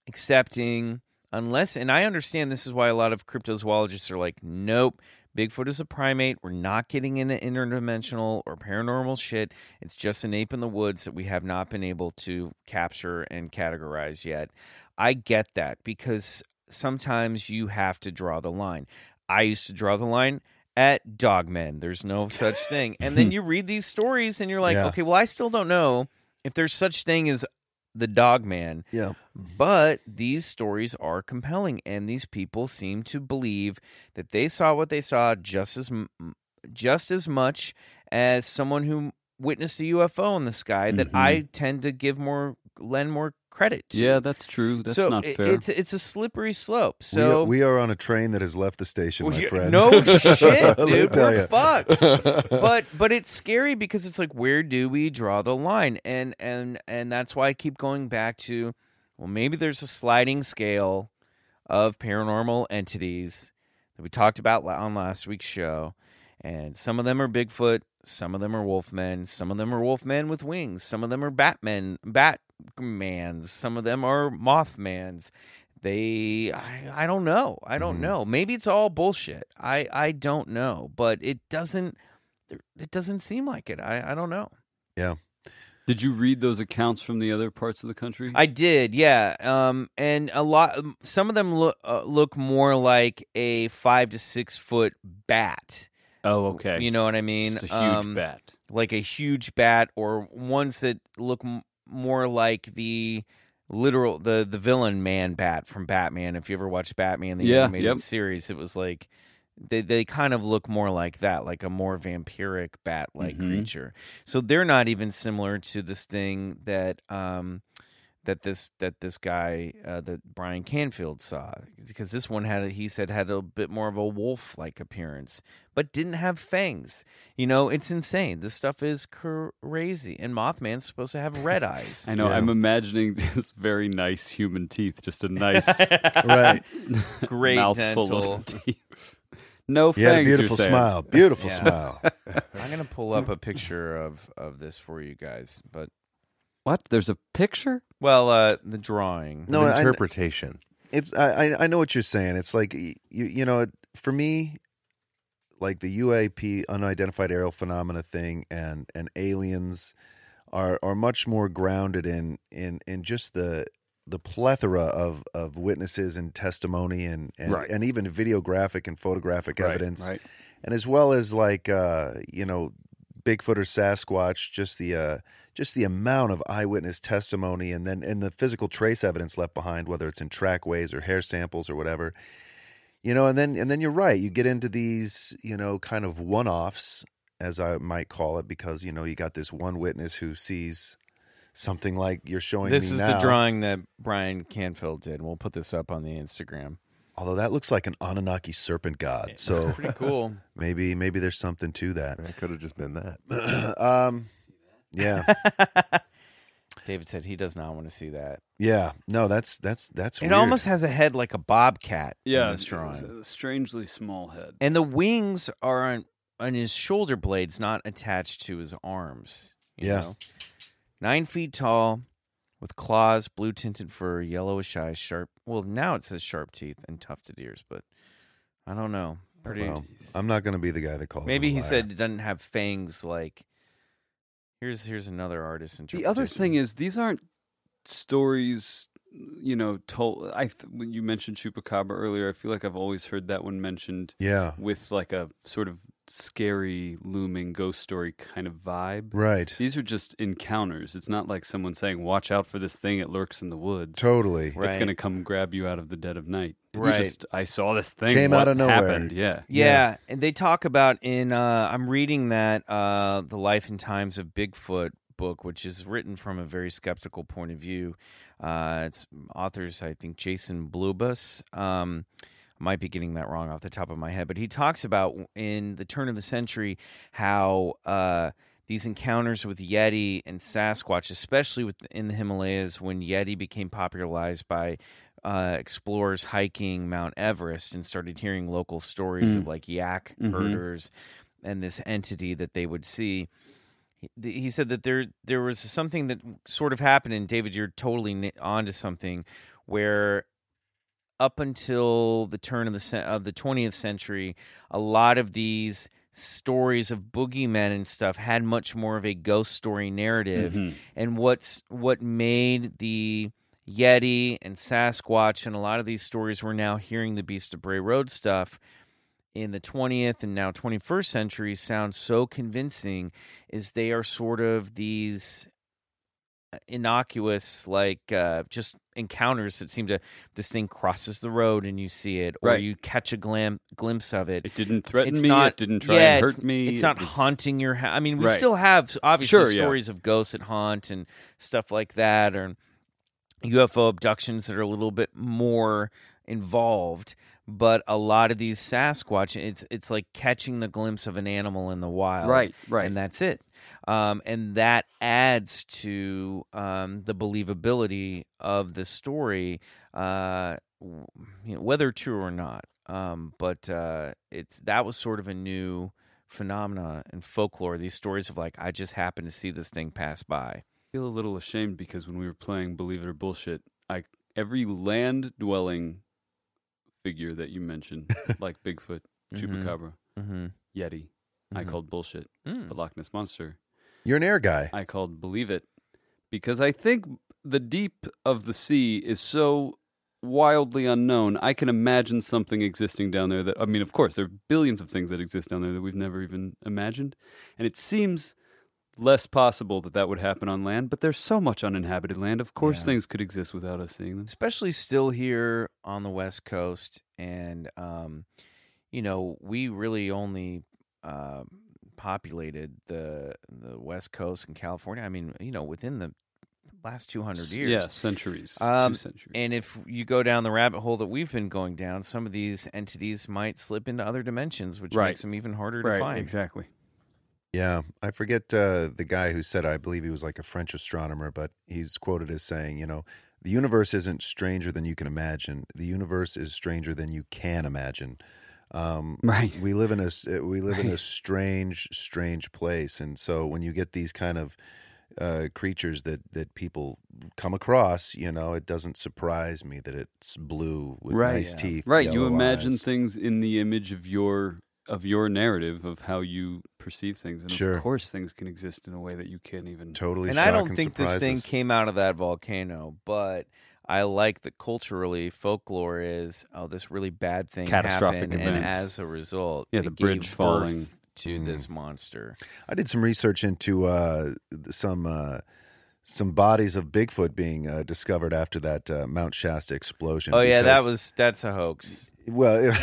D: accepting unless and i understand this is why a lot of cryptozoologists are like nope Bigfoot is a primate. We're not getting into interdimensional or paranormal shit. It's just an ape in the woods that we have not been able to capture and categorize yet. I get that because sometimes you have to draw the line. I used to draw the line at dogmen. There's no such thing. And then you read these stories and you're like,
B: Yeah.
D: okay, well, I still don't know if there's such thing as the dogman.
B: Yeah.
D: But these stories are compelling, and these people seem to believe that they saw what they saw just as m- just as much as someone who witnessed a UFO in the sky. That
C: Mhm.
D: I tend to give more lend more credit to.
C: Yeah, that's true. That's
D: so
C: not
D: i-
C: fair.
D: It's it's a slippery slope.
B: We are-
D: So
B: we, are on a train that has left the station,
D: well,
B: my
D: you-
B: friend.
D: No shit,
B: Let me
D: dude.
B: tell
D: We're
B: ya.
D: fucked. But but it's scary because it's like where do we draw the line? And and and that's why I keep going back to well maybe there's a sliding scale of paranormal entities that we talked about la- on last week's show. And some of them are Bigfoot, some of them are Wolfmen, some of them are Wolfmen with wings, some of them are Batmen, Batmans, some of them are Mothmans they I, I don't know i don't
E: Mhm.
C: Mm-hmm.
D: know maybe it's all bullshit i i don't know but it doesn't there- it doesn't seem like it i i don't know
C: Did you read those accounts from the other parts of the country?
D: i did yeah um and a lot um, some of them look uh, look more like a five to six foot bat
C: oh, okay.
D: you know what i mean
C: Just a huge
D: Um,
C: bat.
D: like a huge bat or ones that look m- more like the literal the the villain man bat from Batman. If you ever watched Batman the
C: Yeah,
D: animated
C: yep.
D: series, it was like they they kind of look more like that, like a more vampiric bat like
C: Mhm.
D: creature. So they're not even similar to this thing that um that this that this guy uh, that Brian Canfield saw because this one had a, he said had a bit more of a wolf like appearance but didn't have fangs. You know, it's insane. This stuff is crazy. And Mothman's supposed to have red eyes.
C: I know.
B: Yeah.
C: I'm imagining this very nice human teeth, just a nice
B: right.
D: Great
C: mouthful
D: dental.
C: of teeth. No
B: You had a
C: fangs, you're
B: beautiful
C: saying.
B: smile. Beautiful
D: Yeah.
B: smile.
D: I'm gonna pull up a picture of of this for you guys, but
C: What? There's a picture?
D: well, uh, the drawing.
B: No, I- I,
E: interpretation.
B: it's I, I I know what you're saying. It's like y- you you know it- for me, like the UAP unidentified aerial phenomena thing and and aliens are are much more grounded in in in just the the plethora of of witnesses and testimony and and,
C: Right.
B: and even videographic and photographic
C: Right,
B: evidence
C: Right.
B: and as well as like uh, you know Bigfoot or Sasquatch, just the uh, just the amount of eyewitness testimony and then and the physical trace evidence left behind, whether it's in trackways or hair samples or whatever, you know, and then and then you're right, you get into these you know kind of one offs as I might call it because you know you got this one witness who sees something like you're showing
D: This
B: me
D: is
B: now.
D: the drawing that Brian Canfield did. We'll put this up on the Instagram.
B: Although that looks like an Anunnaki serpent god, so
D: Pretty cool.
B: maybe maybe there's something to that.
E: That could have just been that.
B: um, yeah.
D: David said he does not want to see that.
B: Yeah, no, that's that's that's
D: It
B: weird.
D: almost has a head like a bobcat.
C: Yeah.
D: in this
C: it's-
D: drawing.
C: it's a strangely small head.
D: And the wings are on on his shoulder blades, not attached to his arms. you
B: Yeah.
D: know? Nine feet tall, with claws, blue tinted fur, yellowish eyes, sharp. Well, now it says sharp teeth and tufted ears, but I don't know.
C: Oh,
D: Pretty.
B: Well, I'm not going to be the guy that calls.
D: maybe
B: him a
D: he
B: liar.
D: said it doesn't have fangs. Like here's here's another artist.
C: The other thing is, these aren't stories, you know, told. I th- when you mentioned chupacabra earlier, I feel like I've always heard that one mentioned
B: "Yeah,
C: with like a sort of scary, looming ghost story kind of vibe.
B: right,
C: These are just encounters. It's not like someone saying, "Watch out for this thing; it lurks in the woods.
B: totally."
D: Right.
C: It's going to come grab you out of the dead of night." It's
D: Right.
C: just, I saw this thing.
B: Came
C: what
B: out of nowhere."
C: Happened. Yeah.
D: Yeah, and they talk about in uh, I'm reading that uh, the Life and Times of Bigfoot book, which is written from a very skeptical point of view. Uh, it's authors, I think, Jason Blubus. Um, I might be getting that wrong off the top of my head, but he talks about in the turn of the century how uh, these encounters with Yeti and Sasquatch, especially with, in the Himalayas, when Yeti became popularized by uh, explorers hiking Mount Everest and started hearing local stories of like yak
C: Mhm.
D: herders and this entity that they would see. He- He said that there there was something that sort of happened, and David, you're totally ni- onto something where up until the turn of the cen- of the 20th century, a lot of these stories of boogeymen and stuff had much more of a ghost story narrative.
C: Mhm.
D: And what's what made the Yeti and Sasquatch and a lot of these stories we're now hearing the Beast of Bray Road stuff in the 20th and now 21st century sound so convincing is they are sort of these uh, innocuous like uh, just encounters that seem to this thing crosses the road and you see it or
C: Right.
D: you catch a glim- glimpse of it
C: It didn't threaten
D: It's
C: me.
D: not-
C: it didn't try
D: yeah,
C: and
D: it's-
C: hurt me.
D: it's
C: it
D: not
C: was-
D: haunting your house. I mean, we
C: Right.
D: still have s- obviously
C: Sure, yeah.
D: stories of ghosts that haunt and stuff like that, or UFO abductions that are a little bit more involved. But a lot of these Sasquatch, it's it's like catching the glimpse of an animal in the wild,
C: Right, right.
D: and that's it. Um, and that adds to um, the believability of the story, uh, w- you know, whether true or not. Um, but uh, it's that was sort of a new phenomena in folklore. These stories of like, I just happened to see this thing pass by.
C: I feel a little ashamed because when we were playing Believe It or Bullshit, I every land dwelling figure that you mentioned, like Bigfoot,
D: Mhm.
C: Chupacabra,
D: Mm-hmm.
C: Yeti, I called bullshit.
D: Hmm.
C: The Loch Ness Monster,
B: You're an air
D: Eh.
B: guy.
C: I called Believe It because I think the deep of the sea is so wildly unknown. I can imagine something existing down there that, I mean, of course, there are billions of things that exist down there that we've never even imagined. And it seems less possible that that would happen on land, but there's so much uninhabited land. Of course, things could exist without us seeing them.
D: especially still here on the west coast and um you know we really only uh populated the the west coast and california i mean you know within the last 200 years
C: Yeah, centuries.
D: Um,
C: two centuries.
D: and if you go down the rabbit hole that we've been going down some of these entities might slip into other dimensions which
C: Right.
D: makes them even harder
C: right,
D: to find
C: exactly.
B: Yeah, I forget uh, the guy who said. I believe he was like a French astronomer, but he's quoted as saying, "You know, the universe isn't stranger than you can imagine. The universe is stranger than you can imagine." Um,
C: Right.
B: We live in a s- uh, we live in a strange, strange place, and so when you get these kind of uh, creatures that that people come across, you know, it doesn't surprise me that it's blue with
C: Right.
B: nice teeth.
C: Right, you
B: yellow
C: imagine
B: eyes.
C: things in the image of your of your narrative of how you perceive things, and
B: Sure.
C: of course, things can exist in a way that you can't even.
B: totally.
D: and
B: shock
D: I don't think
B: surprise
D: this thing
B: us.
D: came out of that volcano, but I like that culturally folklore is oh this really bad thing
C: Catastrophic
D: happened, and
C: event.
D: as a result,
C: Yeah,
D: it
C: the
D: gave
C: bridge
D: birth
C: falling.
D: to
B: Mm-hmm.
D: this monster.
B: I did some research into uh, th- some uh, some bodies of Bigfoot being uh, discovered after that uh, Mount Shasta explosion.
D: Oh yeah, that
B: because-
D: was that's a hoax.
B: well.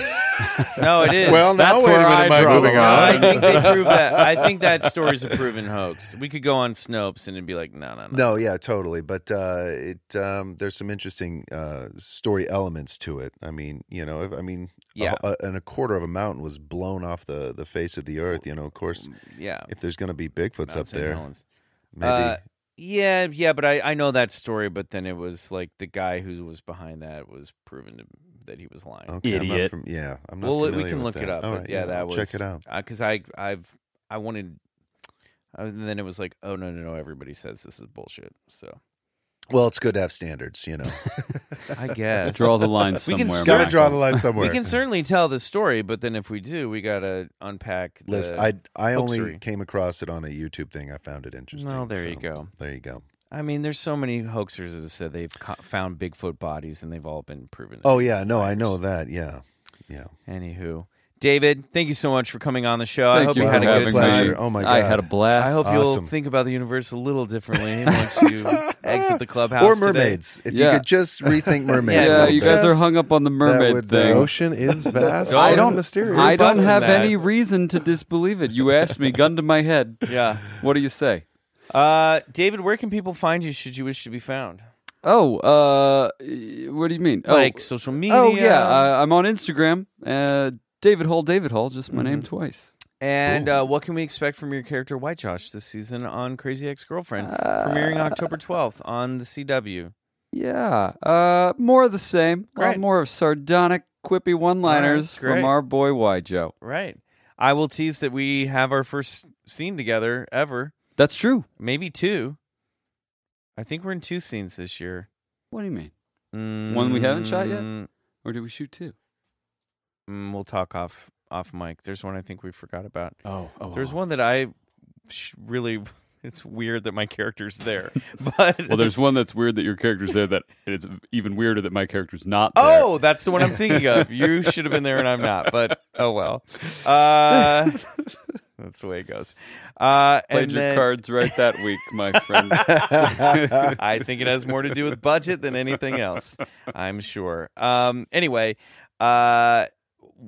D: No, it is.
B: Well, now
D: That's
B: wait a
D: where
B: minute,
D: I
B: Mike,
D: draw the
B: moving
D: line.
B: on.
D: I think they prove that. I think that story's a proven hoax. We could go on Snopes and it'd be like, no, no, no.
B: no, yeah, totally. But uh, it um, there's some interesting uh, story elements to it. I mean, you know, if, I mean, a-
D: Yeah.
B: a, and a quarter of a mountain was blown off the, the face of the earth. You know, of course,
D: Mm, Yeah,
B: if there's going to be Bigfoots
D: not
B: up
D: saying
B: there,
D: no one's-
B: maybe.
D: Uh, yeah, yeah, but I, I know that story, but then it was like the guy who was behind that was proven to, that he was lying.
B: okay, I'm not
C: idiot.
B: fam- yeah, I'm not.
D: Well, we
B: familiar
D: can
B: with
D: look
B: that.
D: it up.
B: All
D: but
B: right,
D: yeah, that was
B: check it out.
D: because I I've I wanted, uh, and then it was like, oh no no no, everybody says this is bullshit. So
B: Well, it's good to have standards. You know,
D: I guess
C: Draw the line
D: We
C: somewhere.
D: can
C: Michael.
D: start-
B: got to draw the line somewhere.
D: We can certainly tell the story, but then if we do, we gotta unpack. The,
B: Listen, I I only
D: hoaxery.
B: came across it on a YouTube thing. I found it interesting.
D: Well, there you
B: so
D: go.
B: There you go.
D: I mean, there's so many hoaxers that have said they've co- found Bigfoot bodies, and they've all been proven.
B: Oh yeah, no, I know that. Yeah, yeah.
D: Anywho, David, thank you so much for coming on the show. I
C: Thank
D: hope
C: you
D: you
C: for
D: had a
C: having
D: good
C: me.
B: pleasure. Oh my
C: I
B: God.
C: had a blast.
D: I hope
B: awesome.
D: you'll think about the universe a little differently once you exit the clubhouse.
B: or
D: today.
B: mermaids. If
C: Yeah.
B: you could just rethink mermaids. a
C: Yeah,
B: little
C: you
B: bit.
C: guys are hung up on the mermaid
B: would, uh,
E: The
C: thing.
E: ocean is vast.
D: I
E: and
D: don't-
E: mysterious.
C: I don't
D: busting
C: have
D: that.
C: any reason to disbelieve it. You asked me, gun to my head.
D: Yeah.
C: What do you say?
D: Uh, David, where can people find you should you wish to be found?
C: Oh, uh, what do you mean?
D: Like
C: oh,
D: social media.
C: oh yeah, uh, I'm on Instagram. Uh, David Hall, David Hall, just my name twice.
D: and uh, what can we expect from your character White Josh this season on Crazy Ex Girlfriend,
C: Uh,
D: premiering October 12th on the CW?
C: Yeah. Uh, more of the same. A lot
D: Great.
C: more of sardonic, quippy one-liners
D: All right, great.
C: from our boy Y Joe.
D: Right. I will tease that we have our first scene together ever,
C: That's true.
D: maybe two. I think we're in two scenes this year.
C: What do you mean? One we haven't shot yet?
D: Mm,
C: Or did we shoot two?
D: Mm, we'll talk off off mic. There's one I think we forgot about.
C: Oh, oh
D: There's one that I sh- really. It's weird that my character's there, but
C: Well, there's one that's weird that your character's there. That it's even weirder that my character's not. There.
D: Oh, that's the one I'm thinking of. You should have been there and I'm not, but oh well. Uh, that's the way it goes. Uh,
C: played
D: and
C: your
D: then
C: cards right that week, my friend.
D: I think it has more to do with budget than anything else, I'm sure. Um, anyway, uh,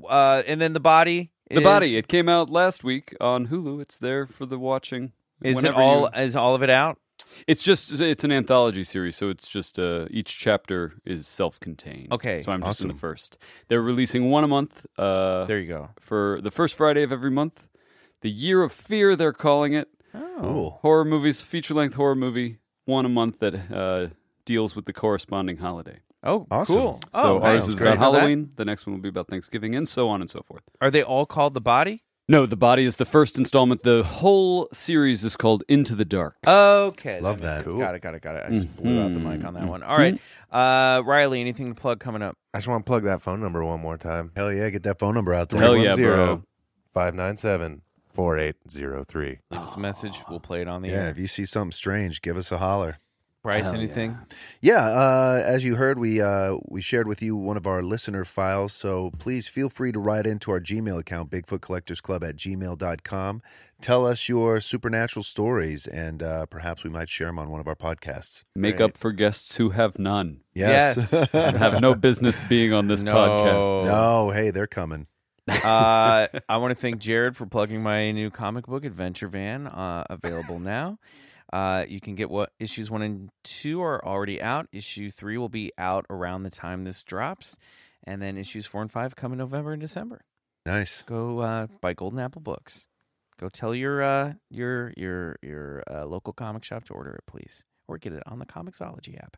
D: uh, and then the body.
C: the body. It came out last week on Hulu. It's there for the watching.
D: Is it
C: Whenever
D: all?
C: you-
D: Is all of it out?
C: It's just it's an anthology series, so it's just uh, each chapter is self-contained.
D: Okay,
C: so I'm just in the first. They're releasing one a month. Uh,
D: There you go.
C: for the first Friday of every month. The Year of Fear, they're calling it.
D: Oh.
C: Horror movies, feature length horror movie, one a month that uh, deals with the corresponding holiday.
D: Oh,
B: Awesome.
D: cool.
C: So
D: oh,
C: ours
D: nice.
C: is
D: Great.
C: about
D: Know that?
C: Halloween, the next one will be about Thanksgiving, and so on and so forth.
D: Are they all called the body?
C: No, The Body is the first installment. The whole series is called Into the Dark.
D: Okay,
B: Love
D: makes-
B: that. Mm-hmm. Cool.
D: Got it. Got it. Got it. I just blew out the mic on that one. All right, uh, Riley. Anything to plug coming up?
E: I just want to plug that phone number one more time.
B: Hell yeah, get that phone number out there.
C: Hell yeah, bro.
E: 597 4803.
D: Leave us a message. We'll play it on the
B: Yeah,
D: air.
B: if you see something strange, give us a holler.
D: Bryce, anything?
B: Yeah, uh, as you heard, we uh, we shared with you one of our listener files, so please feel free to write into our Gmail account, bigfootcollectorsclub at gmail.com. Tell us your supernatural stories, and uh, perhaps we might share them on one of our podcasts.
C: Make up for guests who have none
B: Yes.
D: Yes.
C: and have no business being on this podcast.
B: no, Oh, hey, they're coming.
D: uh, I want to thank Jared for plugging my new comic book, Adventure Van, uh, available now. Uh, you can get what issues one and two are already out. Issue three will be out around the time this drops, and then issues four and five come in November and December.
B: Nice.
D: Go uh, buy Golden Apple Books. Go tell your uh, your your your uh, local comic shop to order it, please, or get it on the Comixology app.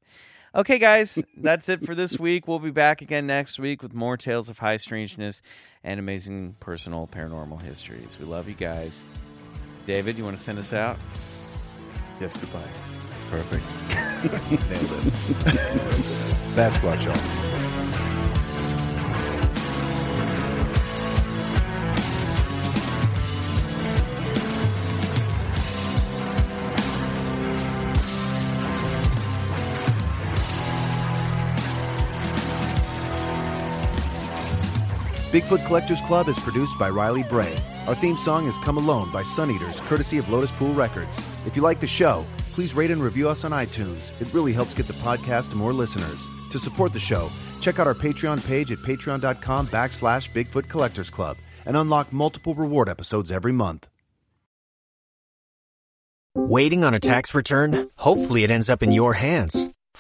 D: Okay, guys, that's it for this week. We'll be back again next week with more tales of high strangeness and amazing personal paranormal histories. We love you guys. David, you want to send us out?
C: Yes, goodbye.
B: Perfect. Nailed it. That's what y'all. Bigfoot Collectors Club is produced by Riley Bray. Our theme song is Come Alone by Sun Eaters, courtesy of Lotus Pool Records. If you like the show, please rate and review us on iTunes. It really helps get the podcast to more listeners. To support the show, check out our Patreon page at patreon.com backslash Bigfoot Collectors Club and unlock multiple reward episodes every month.
G: Waiting on a tax return? Hopefully, it ends up in your hands.